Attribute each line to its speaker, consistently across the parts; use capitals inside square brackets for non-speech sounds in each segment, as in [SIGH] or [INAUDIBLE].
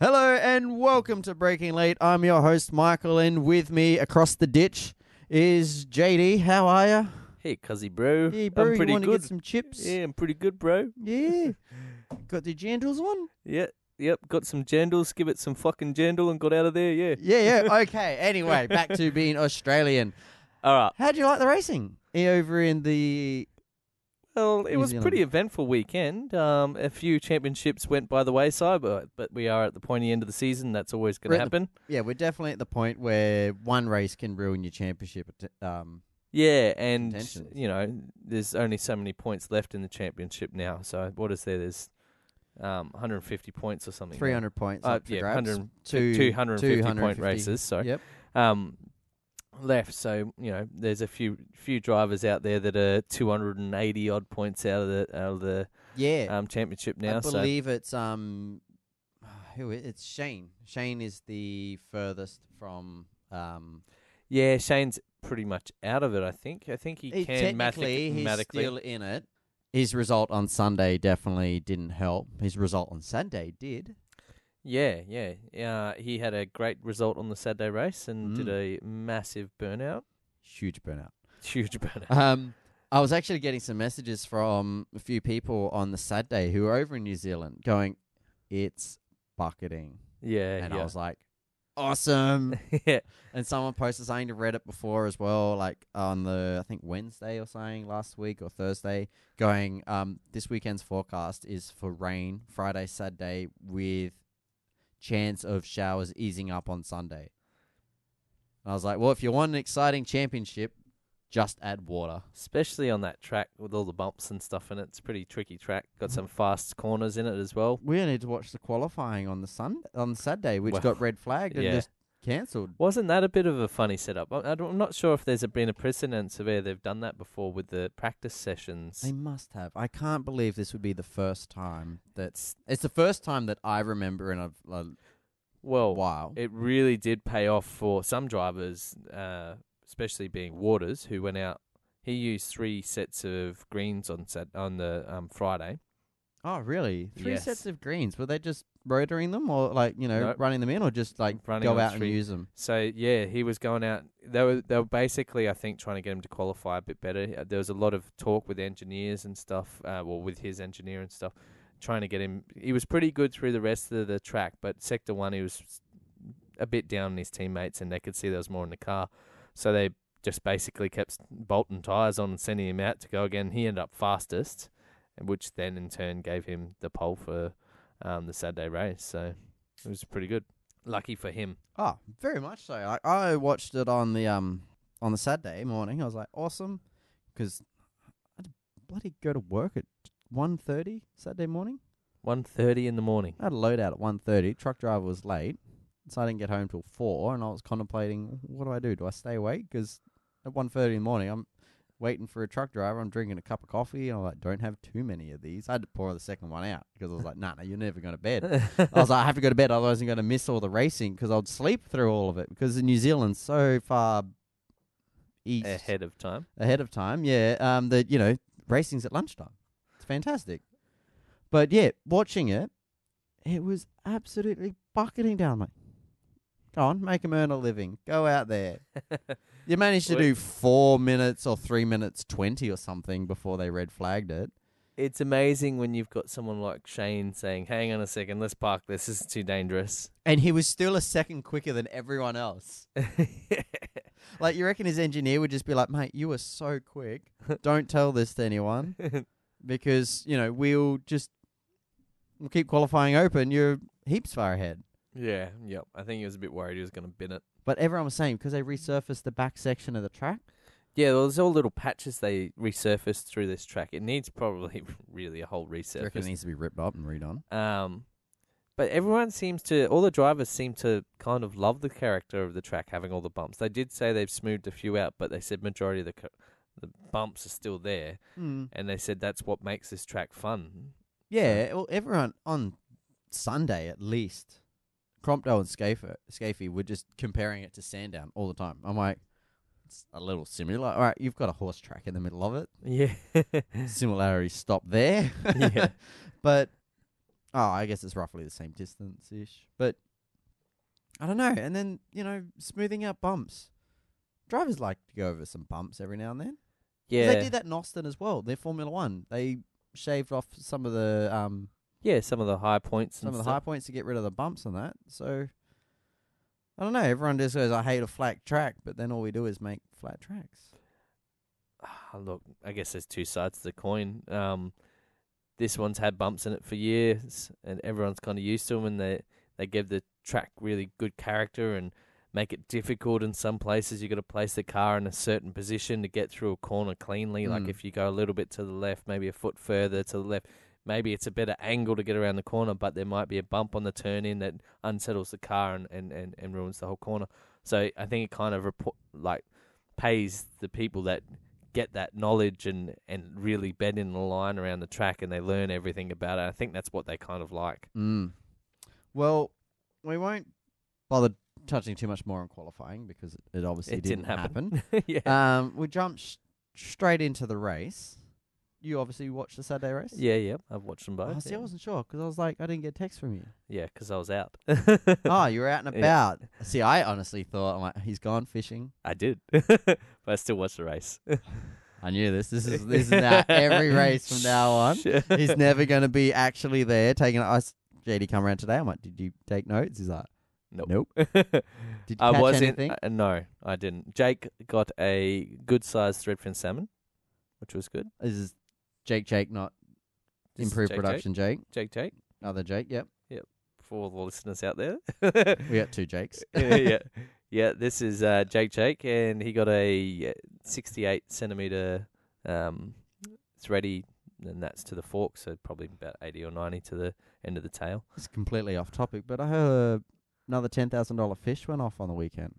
Speaker 1: Hello and welcome to Breaking Late. I'm your host Michael, and with me across the ditch is JD. How are you?
Speaker 2: Hey, cuzzy bro.
Speaker 1: Hey, bro,
Speaker 2: I'm
Speaker 1: you
Speaker 2: pretty
Speaker 1: want to
Speaker 2: good.
Speaker 1: get some chips?
Speaker 2: Yeah, I'm pretty good, bro.
Speaker 1: Yeah. Got the jandals on?
Speaker 2: Yeah, yep. Got some jandals. Give it some fucking jandal and got out of there. Yeah.
Speaker 1: Yeah,
Speaker 2: [LAUGHS]
Speaker 1: yeah. Okay. Anyway, back to being Australian.
Speaker 2: All right.
Speaker 1: How'd you like the racing Eh, over in the?
Speaker 2: Well, it
Speaker 1: New
Speaker 2: was
Speaker 1: Zealand.
Speaker 2: pretty eventful weekend. Um, a few championships went by the wayside, but but we are at the pointy end of the season. That's always going
Speaker 1: We're
Speaker 2: to
Speaker 1: at the-
Speaker 2: happen.
Speaker 1: Yeah, we're definitely at the point where one race can ruin your championship. Um,
Speaker 2: Yeah, and
Speaker 1: Contentions.
Speaker 2: you know, there's only so many points left in the championship now. So what is there? There's um 150 points or something. now.
Speaker 1: three hundred points.
Speaker 2: Uh,
Speaker 1: up for
Speaker 2: yeah,
Speaker 1: grabs.
Speaker 2: 100
Speaker 1: Two-
Speaker 2: 250 point
Speaker 1: 250.
Speaker 2: races. So
Speaker 1: Yep.
Speaker 2: um, left. So you know, there's a few few drivers out there that are 280 odd points out of the out of the
Speaker 1: Yeah.
Speaker 2: um, championship now.
Speaker 1: I
Speaker 2: So
Speaker 1: believe it's um, [SIGHS] who i- it's Shane. Shane is the furthest from um.
Speaker 2: yeah, Shane's pretty much out of it. I think. I think he,
Speaker 1: he-
Speaker 2: can
Speaker 1: technically, he's
Speaker 2: mathematically.
Speaker 1: still in it. His result on Sunday definitely didn't help. His result on Sunday did.
Speaker 2: yeah, yeah. Uh, he had a great result on the Saturday race and did a massive
Speaker 1: Mm.
Speaker 2: burnout,
Speaker 1: [LAUGHS] Huge burnout.
Speaker 2: huge burnout.
Speaker 1: Um, I was actually getting some messages from a few people on the Saturday who were over in New Zealand going, "It's bucketing,"
Speaker 2: yeah,
Speaker 1: and
Speaker 2: yeah.
Speaker 1: I
Speaker 2: [LAUGHS]
Speaker 1: was "Hmm." like, "Awesome."
Speaker 2: yeah,
Speaker 1: And someone posted something to Reddit before as well, like on the I think Wednesday or something last week or Thursday, going, um, this weekend's forecast is for rain Friday, Saturday with chance of showers easing up on Sunday. And I was like, well, if you want an exciting championship, just add water.
Speaker 2: especially on that track with all the bumps and stuff in it. It's a pretty tricky track. Got
Speaker 1: Mm.
Speaker 2: some fast corners in it as well.
Speaker 1: We need to watch the qualifying on the sun on Saturday, which
Speaker 2: Well,
Speaker 1: got red flagged and
Speaker 2: yeah.
Speaker 1: just cancelled.
Speaker 2: Wasn't that a bit of a funny setup? I, I don't- I'm not sure if there's a, been a precedence of where they've done that before with the practice sessions.
Speaker 1: They must have. I can't believe this would be the first time that
Speaker 2: It's-
Speaker 1: It's the first time that I remember in a, a
Speaker 2: well,
Speaker 1: while.
Speaker 2: it really did pay off for some drivers, uh, especially being Waters, who went out. He used three sets of greens on sat- on the um, Friday.
Speaker 1: oh, really? Three
Speaker 2: Yes.
Speaker 1: sets of greens. Were they just rotoring them, or like you know,
Speaker 2: Nope.
Speaker 1: running them in, or just like
Speaker 2: Running
Speaker 1: go
Speaker 2: on
Speaker 1: out and
Speaker 2: three.
Speaker 1: use them?
Speaker 2: So yeah, he was going out. They were they were basically, I think, trying to get him to qualify a bit better. Uh, There was a lot of talk with engineers and stuff, uh, well, with his engineer and stuff, trying to get him. He was pretty good through the rest of the track, but sector one, he was a bit down on his teammates, and they could see there was more in the car, so they just basically kept bolting tires on and sending him out to go again. He ended up fastest, and which then in turn gave him the pole for um, the Saturday race. So it was pretty good. Lucky for him.
Speaker 1: Oh, very much so. Like I watched it on the um on the Saturday morning. I was like, awesome, because I had to bloody go to work at one thirty Saturday morning.
Speaker 2: One thirty in the [LAUGHS] morning.
Speaker 1: I had a loadout at one thirty. Truck driver was late, so I didn't get home till four. And I was contemplating, what do I do? Do I stay awake? 'Cause at one thirty in the morning, I'm waiting for a truck driver. I'm drinking a cup of coffee, and I like don't have too many of these. I had to pour the second one out because I was like, nah, nah, you're never going to bed. I
Speaker 2: [LAUGHS]
Speaker 1: was like, I have to go to bed, otherwise I'm going to miss all the racing 'cause I'd sleep through all of it because in New Zealand's so far east ahead.
Speaker 2: ahead of time.
Speaker 1: of time. Yeah, um, that you know, racing's at lunchtime. It's fantastic. But yeah, watching it, it was absolutely bucketing down. Like, go on, make 'em earn a living. Go out there. You managed to
Speaker 2: Well-
Speaker 1: do four minutes or three minutes twenty or something before they red flagged it.
Speaker 2: it's amazing when you've got someone like Shane saying, "Hang on a second, let's park this. This is too dangerous." [LAUGHS]
Speaker 1: And he was still a second quicker than everyone else. Like you reckon his engineer would just be like, "Mate, you were so quick. Don't tell this to [LAUGHS] anyone because you know we'll just we'll keep qualifying open. You're heaps far ahead."
Speaker 2: yeah, yep. I think he was a bit worried he was going to bin it.
Speaker 1: But everyone was saying because they resurfaced the back section of the track.
Speaker 2: Yeah, well, there's all little patches they resurfaced through this track. It needs probably [LAUGHS] really a whole
Speaker 1: I reckon it
Speaker 2: resurface.
Speaker 1: needs to be ripped up and redone.
Speaker 2: Um, but everyone seems to, all the drivers seem to kind of love the character of the track having all the bumps. They did say they've smoothed a few out, but they said majority of the co- the bumps are still there.
Speaker 1: Mm.
Speaker 2: and they said that's what makes this track fun.
Speaker 1: Yeah, well, everyone on Sunday at least, Crompto and Scafey, Scafey were just comparing it to Sandown all the time. I'm like, it's a little similar. All right, you've got a horse track in the [LAUGHS] middle of it.
Speaker 2: [LAUGHS] Yeah,
Speaker 1: similarities stop there.
Speaker 2: Yeah.
Speaker 1: but Oh, I guess it's roughly the same distance ish. But I don't know. And then, you know, smoothing out bumps. Drivers like to go over some bumps every now and then. 'Cause
Speaker 2: Yeah,
Speaker 1: They did that in Austin as well. Their Formula One. They shaved off some of the um
Speaker 2: yeah. Some of the high points.
Speaker 1: some
Speaker 2: and
Speaker 1: of the high
Speaker 2: stuff.
Speaker 1: points to get rid of the bumps and that. So I don't know, everyone just goes, I hate a flat track, but then all we do is make flat tracks.
Speaker 2: Ah, [SIGHS] Look, I guess there's two sides to the coin. Um, this one's had bumps in it for years, and everyone's kind of used to them, and they they give the track really good character and make it difficult in some places. You got to place the car in a certain position to get through a corner cleanly. Like
Speaker 1: Mm.
Speaker 2: if you go a little bit to the left, maybe a foot further to the left, maybe it's a better angle to get around the corner, but there might be a bump on the turn in that unsettles the car and, and, and, and ruins the whole corner. So I think it kind of report, like pays the people that get that knowledge and, and really bed in the line around the track and they learn everything about it. I think that's what they kind of like.
Speaker 1: Mm. Well, we won't bother touching too much more on qualifying because it, it obviously
Speaker 2: it didn't happen. [LAUGHS] yeah.
Speaker 1: Um, we jumped sh- straight into the race. You obviously watched the Saturday race.
Speaker 2: yeah, yeah. I've watched them both.
Speaker 1: Oh, see,
Speaker 2: yeah.
Speaker 1: I wasn't sure 'cause I was like, I didn't get a text from you.
Speaker 2: Yeah, 'cause I was out.
Speaker 1: [LAUGHS] oh, you were out and
Speaker 2: [LAUGHS] Yeah.
Speaker 1: about. See, I honestly thought, I'm like, he's gone fishing.
Speaker 2: [LAUGHS] I did. [LAUGHS] but I still watched the race.
Speaker 1: I knew this. This is this is
Speaker 2: [LAUGHS]
Speaker 1: now every race from now on.
Speaker 2: Shit. [LAUGHS]
Speaker 1: He's never going to be actually there taking. I s- JD come around today. I'm like, did you take notes? He's like,
Speaker 2: Nope.
Speaker 1: nope. Did you
Speaker 2: I
Speaker 1: catch
Speaker 2: wasn't.
Speaker 1: anything?
Speaker 2: uh, no, I didn't. Jake got a good sized threadfin salmon, which was good.
Speaker 1: This is Jake. Jake, not
Speaker 2: This is
Speaker 1: improved
Speaker 2: Jake, Jake.
Speaker 1: production. Jake.
Speaker 2: Jake, Jake,
Speaker 1: Other Jake. Yep.
Speaker 2: for all the listeners out there.
Speaker 1: We got two Jakes.
Speaker 2: [LAUGHS] yeah, yeah, yeah. This is uh, Jake, Jake, and he got a uh, sixty-eight centimeter um, thready, and that's to the fork, so probably about eighty or ninety to the end of the tail.
Speaker 1: It's completely off topic, but I heard uh, another ten thousand dollar fish went off on the weekend.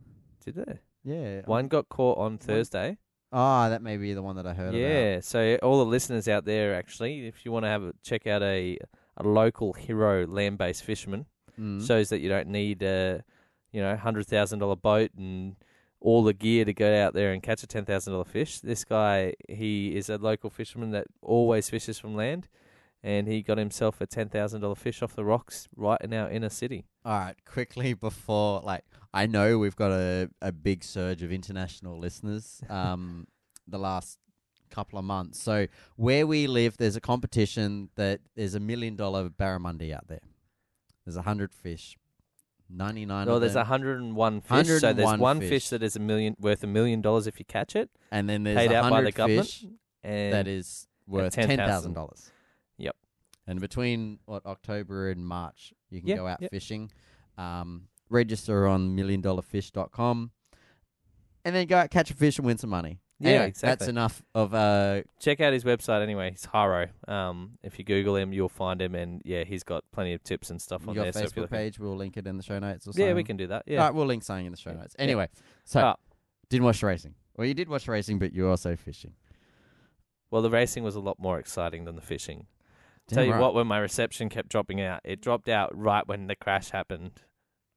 Speaker 2: Did they?
Speaker 1: Yeah. I'm-
Speaker 2: One got caught on Thursday.
Speaker 1: Ah, that may be the one that I heard. About.
Speaker 2: Yeah, so all the listeners out there, actually, if you want to have a, check out a a local hero land-based fisherman,
Speaker 1: Mm.
Speaker 2: shows that you don't need a you know hundred thousand dollar boat and all the gear to go out there and catch a ten thousand dollar fish. This guy, he is a local fisherman that always fishes from land, and he got himself a ten thousand dollar fish off the rocks right in our inner city.
Speaker 1: All right, quickly before like I know we've got a, a big surge of international listeners [LAUGHS] um the last couple of months. So where we live there's a competition that there's a million dollar barramundi out there. There's a hundred fish. Ninety nine
Speaker 2: No,
Speaker 1: of
Speaker 2: there's
Speaker 1: them.
Speaker 2: hundred and one fish. So there's
Speaker 1: 101
Speaker 2: one
Speaker 1: fish.
Speaker 2: fish that is a million worth a million dollars if you catch it,
Speaker 1: and then there's
Speaker 2: paid
Speaker 1: a
Speaker 2: out by the
Speaker 1: hundred
Speaker 2: government.
Speaker 1: fish
Speaker 2: and
Speaker 1: that is worth ten thousand
Speaker 2: $10,000.
Speaker 1: dollars.
Speaker 2: Yep.
Speaker 1: And between what October and March, you can
Speaker 2: Yep,
Speaker 1: go out
Speaker 2: yep.
Speaker 1: fishing. Um, register on milliondollarfish.com and then go out catch a fish and win some money.
Speaker 2: Yeah,
Speaker 1: Anyway, That's
Speaker 2: exactly.
Speaker 1: enough of uh,
Speaker 2: check out his website anyway. He's Haro. Um, if you Google him, you'll find him, and yeah, he's got plenty of tips and stuff on
Speaker 1: your
Speaker 2: there. so if you're
Speaker 1: Facebook
Speaker 2: looking-
Speaker 1: page. We'll link it in the show notes. Or
Speaker 2: yeah, we
Speaker 1: something.
Speaker 2: can do that. Yeah,
Speaker 1: All right, we'll link something in the show
Speaker 2: Yeah.
Speaker 1: notes.
Speaker 2: Yeah.
Speaker 1: Anyway, so
Speaker 2: Ah,
Speaker 1: didn't watch the racing. Well, you did watch the racing, but you were also fishing.
Speaker 2: well, the racing was a lot more exciting than the fishing.
Speaker 1: Damn
Speaker 2: Tell you
Speaker 1: right.
Speaker 2: what, when my reception kept dropping out, it dropped out right when the crash happened,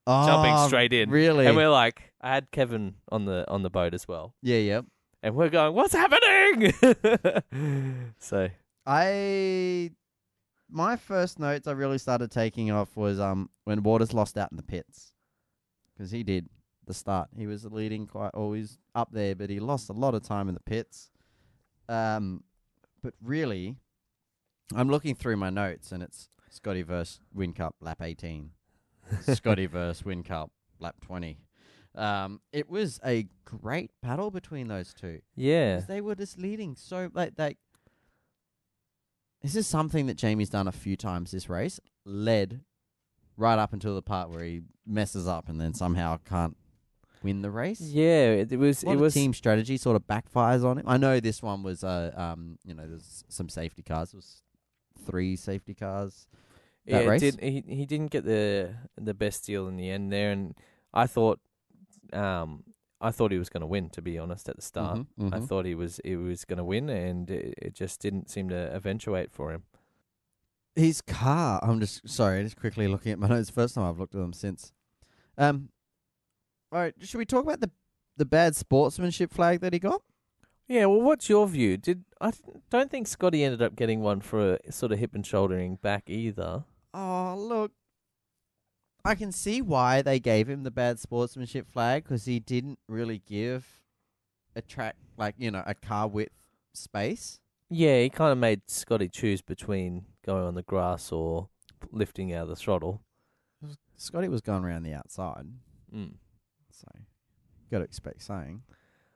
Speaker 1: oh,
Speaker 2: jumping straight in.
Speaker 1: Really?
Speaker 2: And we're like, I had Kevin on the on the boat as well,
Speaker 1: yeah, yeah.
Speaker 2: and we're going, "What's happening?" [LAUGHS] so
Speaker 1: I my first notes I really started taking off was um when Waters lost out in the pits. 'Cause he did the start. He was leading quite always up there, but he lost a lot of time in the pits. Um, but really, I'm looking through my notes and it's Scotty verse Win Cup lap 18, Scotty verse Win Cup lap 20. Um, it was a great battle between those two.
Speaker 2: yeah,
Speaker 1: 'Cause They were just leading so like like. This is something that Jamie's done a few times this race. Led right up until the part where he messes up and then somehow can't win the race.
Speaker 2: yeah, it, it was
Speaker 1: A lot
Speaker 2: it
Speaker 1: of
Speaker 2: was
Speaker 1: team strategy sort of backfires on him. I know this one was uh um you know there's some safety cars. There was three safety cars. that
Speaker 2: yeah,
Speaker 1: race?
Speaker 2: Did, he he didn't get the the best deal in the end there, and I thought, um, I thought he was going to win. To be honest, at the start,
Speaker 1: Mhm,
Speaker 2: I
Speaker 1: mhm.
Speaker 2: thought he was he was going to win, and it, it just didn't seem to eventuate for him.
Speaker 1: His car. I'm just sorry. Just quickly looking at my [LAUGHS] notes. First time I've looked at them since. Um. All right. Should we talk about the the bad sportsmanship flag that he got?
Speaker 2: Yeah, well, what's your view? Did I th- don't think Scotty ended up getting one for a sort of hip and shouldering back either?
Speaker 1: Oh, look. I can see why they gave him the bad sportsmanship flag because he didn't really give a track, like, you know, a car width space.
Speaker 2: Yeah, he kind of made Scotty choose between going on the grass or lifting out of the throttle.
Speaker 1: Scotty was going around the outside,
Speaker 2: Mm.
Speaker 1: so got to expect something.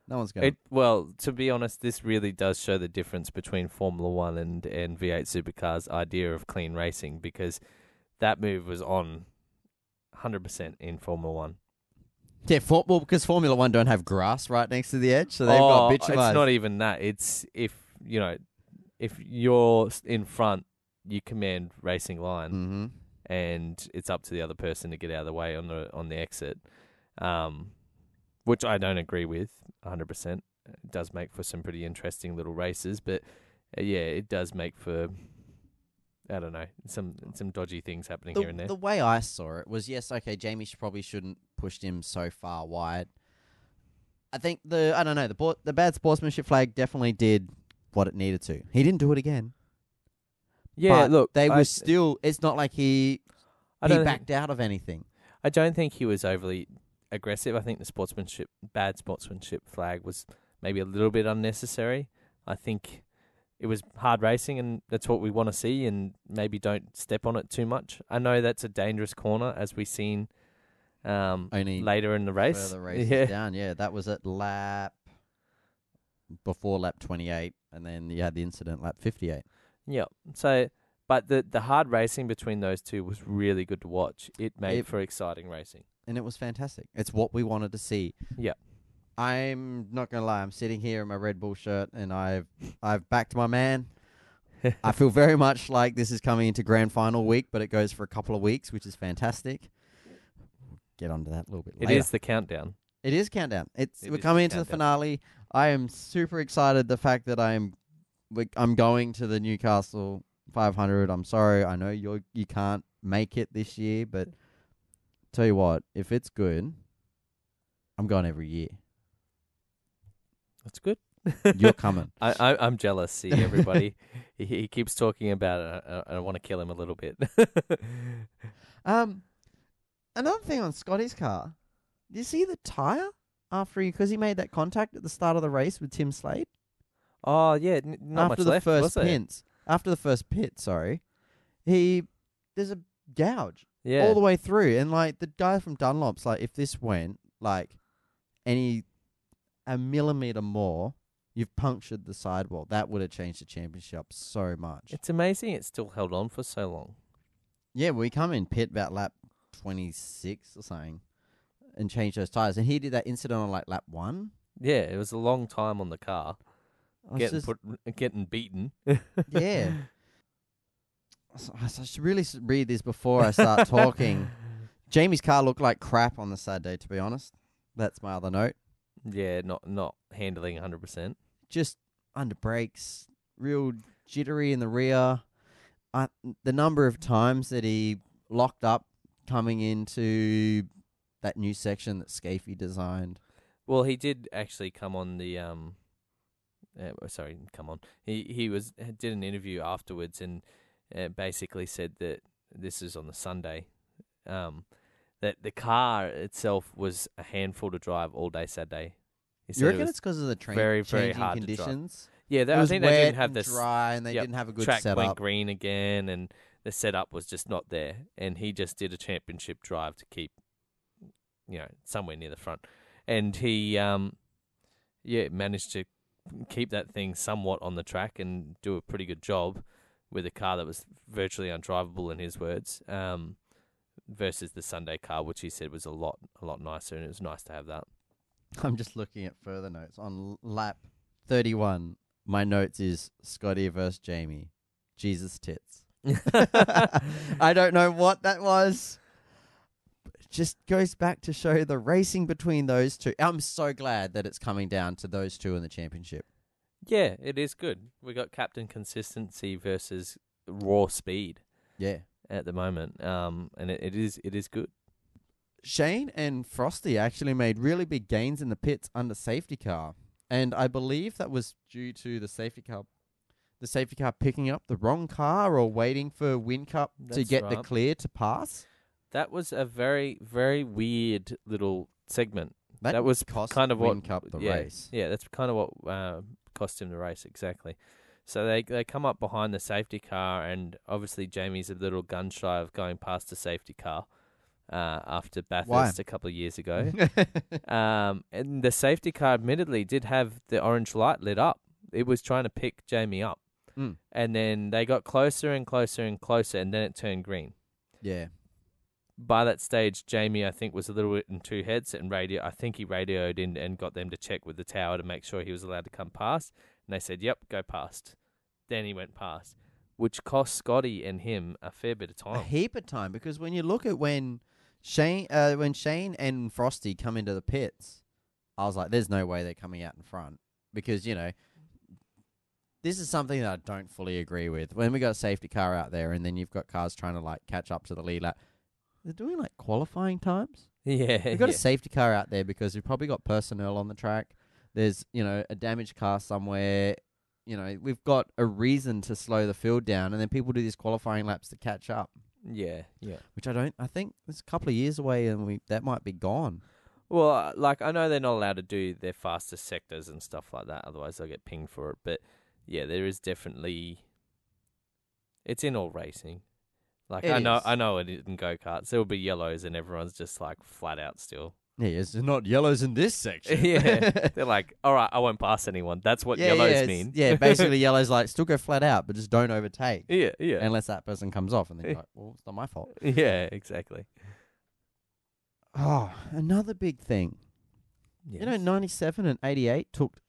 Speaker 1: No one's going
Speaker 2: It well, to be honest, this really does show the difference between Formula One and and V8 supercars' idea of clean racing because that move was on 100% in Formula One.
Speaker 1: Yeah, for, well, because Formula One don't have grass right next to the edge, so they've got
Speaker 2: Oh,
Speaker 1: bitch
Speaker 2: It's not even that. It's if you know, if you're s- in front, you command racing line,
Speaker 1: mm-hmm.
Speaker 2: and it's up to the other person to get out of the way on the on the exit, um, which I don't agree with 100. percent It does make for some pretty interesting little races, but uh, yeah, it does make for I don't know some some dodgy things happening here and
Speaker 1: The,
Speaker 2: there.
Speaker 1: the way I saw it was yes, okay, Jamie sh- probably shouldn't pushed him so far wide. I think the I don't know the bo- the bad sportsmanship flag definitely did what it needed to. He didn't do it again.
Speaker 2: yeah,
Speaker 1: but
Speaker 2: look,
Speaker 1: they
Speaker 2: I,
Speaker 1: were still. It's not like he
Speaker 2: I
Speaker 1: he
Speaker 2: don't think-
Speaker 1: backed out of anything.
Speaker 2: I don't think he was overly aggressive. I think the sportsmanship, bad sportsmanship flag was maybe a little bit unnecessary. I think it was hard racing, and that's what we want to see. And maybe don't step on it too much. I know that's a dangerous corner, as we seen um,
Speaker 1: Only
Speaker 2: later in the race.
Speaker 1: further races
Speaker 2: [LAUGHS] yeah,
Speaker 1: down. Yeah, that was at lap before lap twenty eight, and then you had the incident lap fifty eight.
Speaker 2: yeah. So, but the the hard racing between those two was really good to watch. It made
Speaker 1: It-
Speaker 2: for exciting racing.
Speaker 1: and it was fantastic. It's what we wanted to see.
Speaker 2: Yeah.
Speaker 1: I'm not gonna lie. I'm sitting here in my Red Bull shirt, and I've I've backed my
Speaker 2: [LAUGHS]
Speaker 1: man. I feel very much like this is coming into grand final week, but it goes for a couple of weeks, which is fantastic. Get onto that a little bit
Speaker 2: It is
Speaker 1: later.
Speaker 2: the countdown.
Speaker 1: It is countdown. It's
Speaker 2: It
Speaker 1: we're
Speaker 2: is
Speaker 1: coming into the
Speaker 2: countdown.
Speaker 1: finale. I am super excited. The fact that I'm we- I'm going to the Newcastle 500. I'm sorry. I know you you can't make it this year, but tell you what, if it's good, I'm going every year.
Speaker 2: [LAUGHS] That's good.
Speaker 1: You're coming.
Speaker 2: I, I, I'm jealous. See, everybody, he, he keeps talking about it. and I, I want to kill him a little bit. [LAUGHS]
Speaker 1: Um, another thing on Scotty's car. Do you see the tire after he because he made that contact at the start of the race with Tim Slade?
Speaker 2: oh yeah, n- not
Speaker 1: after
Speaker 2: much
Speaker 1: the
Speaker 2: left. was
Speaker 1: first
Speaker 2: there?
Speaker 1: pins, after the first pit, sorry, he there's a gouge
Speaker 2: yeah,
Speaker 1: all the way through, and like the guy from Dunlop's like, if this went like any a millimeter more, you've punctured the sidewall. That would have changed the championship so much.
Speaker 2: it's amazing. It's still held on for so long.
Speaker 1: yeah, we come in pit about lap twenty six or something, and change those tires, and he did that incident on like lap one.
Speaker 2: Yeah, it was a long time on the car,
Speaker 1: I was
Speaker 2: getting
Speaker 1: just-
Speaker 2: put, getting beaten. [LAUGHS]
Speaker 1: yeah. So- I should really s- read this before I start
Speaker 2: [LAUGHS]
Speaker 1: talking. Jamie's car looked like crap on the Saturday, to be honest. That's my other note.
Speaker 2: Yeah, not not handling 100. percent
Speaker 1: Just under brakes, real jittery in the rear. I, the number of times that he locked up coming into that new section that Scafey designed.
Speaker 2: Well, he did actually come on the um, uh, oh, sorry, come on. He he was uh, did an interview afterwards and uh, basically said that this is on the Sunday, um, that the car itself was a handful to drive all day Saturday. He said
Speaker 1: you
Speaker 2: it
Speaker 1: reckon
Speaker 2: was-
Speaker 1: it's because of the train
Speaker 2: very, very
Speaker 1: changing
Speaker 2: hard to drive.
Speaker 1: conditions?
Speaker 2: yeah, that,
Speaker 1: it
Speaker 2: I
Speaker 1: was
Speaker 2: think
Speaker 1: wet
Speaker 2: they didn't have
Speaker 1: and
Speaker 2: this
Speaker 1: dry, and they
Speaker 2: yep,
Speaker 1: didn't have a good
Speaker 2: track went
Speaker 1: setup.
Speaker 2: green again, and the setup was just not there. And he just did a championship drive to keep, you know, somewhere near the front. And he, um, yeah, managed to keep that thing somewhat on the track and do a pretty good job with a car that was virtually undrivable, in his words, um, versus the Sunday car, which he said was a lot, a lot nicer, and it was nice to have that.
Speaker 1: [LAUGHS] I'm just looking at further notes. On l- lap 31, my notes is Scotty versus Jamie. Jesus tits. [LAUGHS] I don't know what that was. But It just goes back to show the racing between those two. I'm so glad that it's coming down to those two in the championship.
Speaker 2: Yeah, it is good. We got captain consistency versus raw speed
Speaker 1: Yeah.
Speaker 2: at the moment, um, and it, it is it is good.
Speaker 1: Shane and Frosty actually made really big gains in the pits under safety car. And I believe that was due to the safety car the safety car picking up the wrong car or waiting for Win Cup to
Speaker 2: That's
Speaker 1: get the
Speaker 2: right.
Speaker 1: clear to pass.
Speaker 2: That was a very, very weird little segment.
Speaker 1: That,
Speaker 2: That was
Speaker 1: cost
Speaker 2: kind of
Speaker 1: Win
Speaker 2: what-
Speaker 1: Cup the
Speaker 2: yeah,
Speaker 1: race.
Speaker 2: Yeah, that's kind of what uh, cost him the race exactly. So they they come up behind the safety car, and obviously Jamie's a little gun shy of going past the safety car uh, after Bathurst a couple of years
Speaker 1: [LAUGHS]
Speaker 2: ago. um, and the safety car admittedly did have the orange light lit up. It was trying to pick Jamie up,
Speaker 1: Mm.
Speaker 2: and then they got closer and closer and closer, and then it turned green.
Speaker 1: yeah.
Speaker 2: By that stage, Jamie, I think, was a little bit in two heads and radio. I think he radioed in and got them to check with the tower to make sure he was allowed to come past. And they said, "Yep, go past." Then he went past, which cost Scotty and him a fair bit of
Speaker 1: a
Speaker 2: time.
Speaker 1: heap of time because when you look at when Shane, uh, when Shane and Frosty come into the pits, I was like, "There's no way they're coming out in front," because you know, this is something that I don't fully agree with. When we got a safety car out there, and then you've got cars trying to like catch up to the lead lap, they're doing like qualifying times.
Speaker 2: [LAUGHS] yeah,
Speaker 1: We've got
Speaker 2: yeah.
Speaker 1: a safety car out there because we've probably got personnel on the track. There's, you know, a damaged car somewhere. You know, we've got a reason to slow the field down, and then people do these qualifying laps to catch up
Speaker 2: yeah, yeah.
Speaker 1: which I don't. I think it's a couple of years away, and we that might be gone.
Speaker 2: Well, uh, like I know they're not allowed to do their fastest sectors and stuff like that, otherwise they'll get pinged for it. But yeah, there is definitely it's in all racing. Like
Speaker 1: It
Speaker 2: I know
Speaker 1: is.
Speaker 2: I know it in go karts. There'll be yellows and everyone's just like flat out still.
Speaker 1: Yeah, it's not yellows in this [LAUGHS] section.
Speaker 2: Yeah. They're like, All right, I won't pass anyone. That's what
Speaker 1: Yeah,
Speaker 2: yellows
Speaker 1: yeah, it's-
Speaker 2: mean.
Speaker 1: yeah, basically yellows like still go flat out, but just don't overtake
Speaker 2: [LAUGHS] Yeah, yeah.
Speaker 1: unless that person comes off, and then you're
Speaker 2: Yeah.
Speaker 1: like, well, it's not my fault.
Speaker 2: yeah, exactly.
Speaker 1: Oh, another big thing. You know,
Speaker 2: Yes.
Speaker 1: ninety-seven and eighty-eight took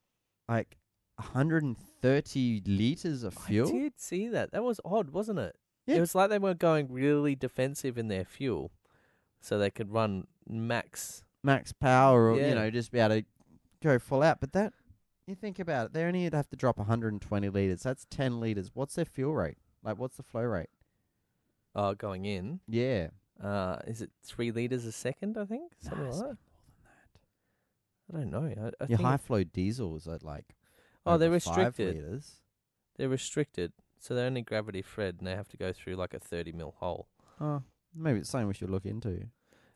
Speaker 1: like hundred and thirty liters of fuel.
Speaker 2: I did see that. That was odd, wasn't it?
Speaker 1: Yeah.
Speaker 2: It was like they were going really defensive in their fuel so they could run max
Speaker 1: max power or you
Speaker 2: Yeah.
Speaker 1: know just be able to go full out but that you think about it they only have to drop 120 liters that's 10 liters what's their fuel rate like what's the flow rate
Speaker 2: uh, going in.
Speaker 1: yeah
Speaker 2: Uh, is it three liters a second? I think something like that. I don't know. I, I
Speaker 1: your
Speaker 2: think
Speaker 1: high
Speaker 2: it-
Speaker 1: flow diesels are like
Speaker 2: Oh, they're
Speaker 1: over five
Speaker 2: restricted.
Speaker 1: liters.
Speaker 2: they're restricted, so they're only gravity fed, and they have to go through like a thirty mil hole.
Speaker 1: oh maybe it's something we should look into If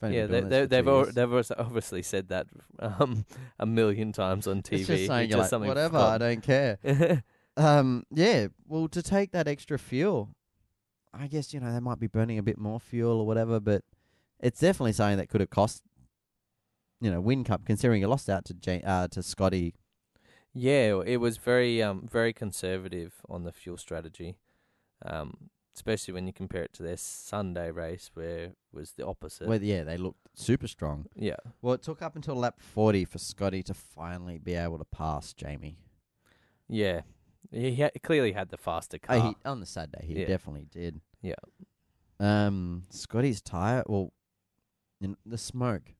Speaker 1: only
Speaker 2: yeah,
Speaker 1: been doing
Speaker 2: they,
Speaker 1: this for two
Speaker 2: they, they've al-
Speaker 1: years.
Speaker 2: they've also obviously said that um, [LAUGHS] a million times on TV.
Speaker 1: it's just saying, you're like,
Speaker 2: something
Speaker 1: whatever i
Speaker 2: forgotten.
Speaker 1: don't care um yeah well to take that extra fuel i guess you know they might be burning a bit more fuel or whatever but it's definitely something that could have cost you know win cup considering you lost out to J- uh to scotty
Speaker 2: [LAUGHS] Yeah, it was very um very conservative on the fuel strategy, um especially when you compare it to their Sunday race where it was the opposite.
Speaker 1: where yeah they looked super strong
Speaker 2: yeah,
Speaker 1: well it took up until lap 40 for scotty to finally be able to pass jamie
Speaker 2: yeah, he ha- clearly had the faster car.
Speaker 1: Uh, he, on the saturday he
Speaker 2: Yeah.
Speaker 1: definitely did
Speaker 2: Yeah.
Speaker 1: um scotty's tire well in the smoke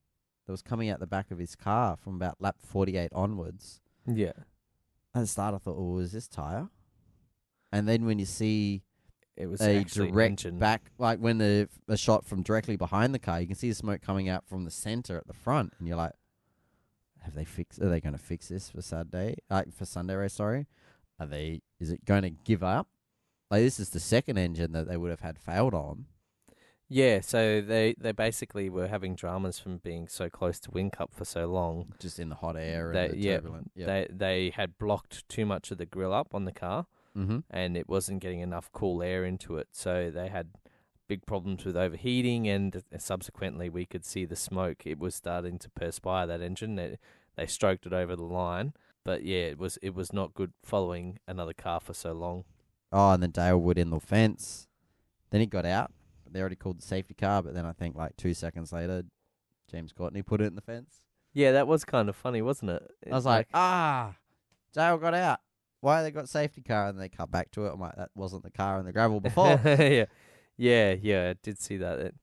Speaker 1: that was coming out the back of his car from about lap 48 onwards
Speaker 2: Yeah.
Speaker 1: At the start, I thought, "Oh, is this tire?" And then when you see
Speaker 2: It was
Speaker 1: a
Speaker 2: actually
Speaker 1: direct
Speaker 2: engine.
Speaker 1: back, like when the a shot from directly behind the car, you can see the smoke coming out from the center at the front, and you're like, "Have they fixed? Are they going to fix this for Saturday? Like for Sunday race? Sorry, are they? Is it going to give up? Like this is the second engine that they would have had failed on.
Speaker 2: Yeah, so they, they basically were having dramas from being so close to Win Cup for so long.
Speaker 1: Just in the hot air and
Speaker 2: That-
Speaker 1: the
Speaker 2: yeah,
Speaker 1: turbulent. Yeah.
Speaker 2: They they had blocked too much of the grill up on the car
Speaker 1: mm-hmm.
Speaker 2: and it wasn't getting enough cool air into it. So they had big problems with overheating and subsequently we could see the smoke. It was starting to perspire that engine. They, they stroked it over the line. But yeah, it was it was not good following another car for so long.
Speaker 1: Oh, and then Dale would in the fence. Then he got out. But they already called the safety car, but then I think like two seconds later, James Courtney put it in the fence.
Speaker 2: Yeah, that was kind of funny, wasn't it?
Speaker 1: I was like, ah, Dale got out. Why they got safety car? And they cut back to it. I'm like, that wasn't the car in the
Speaker 2: [LAUGHS]
Speaker 1: gravel before.
Speaker 2: yeah, yeah, yeah. I did see that. It-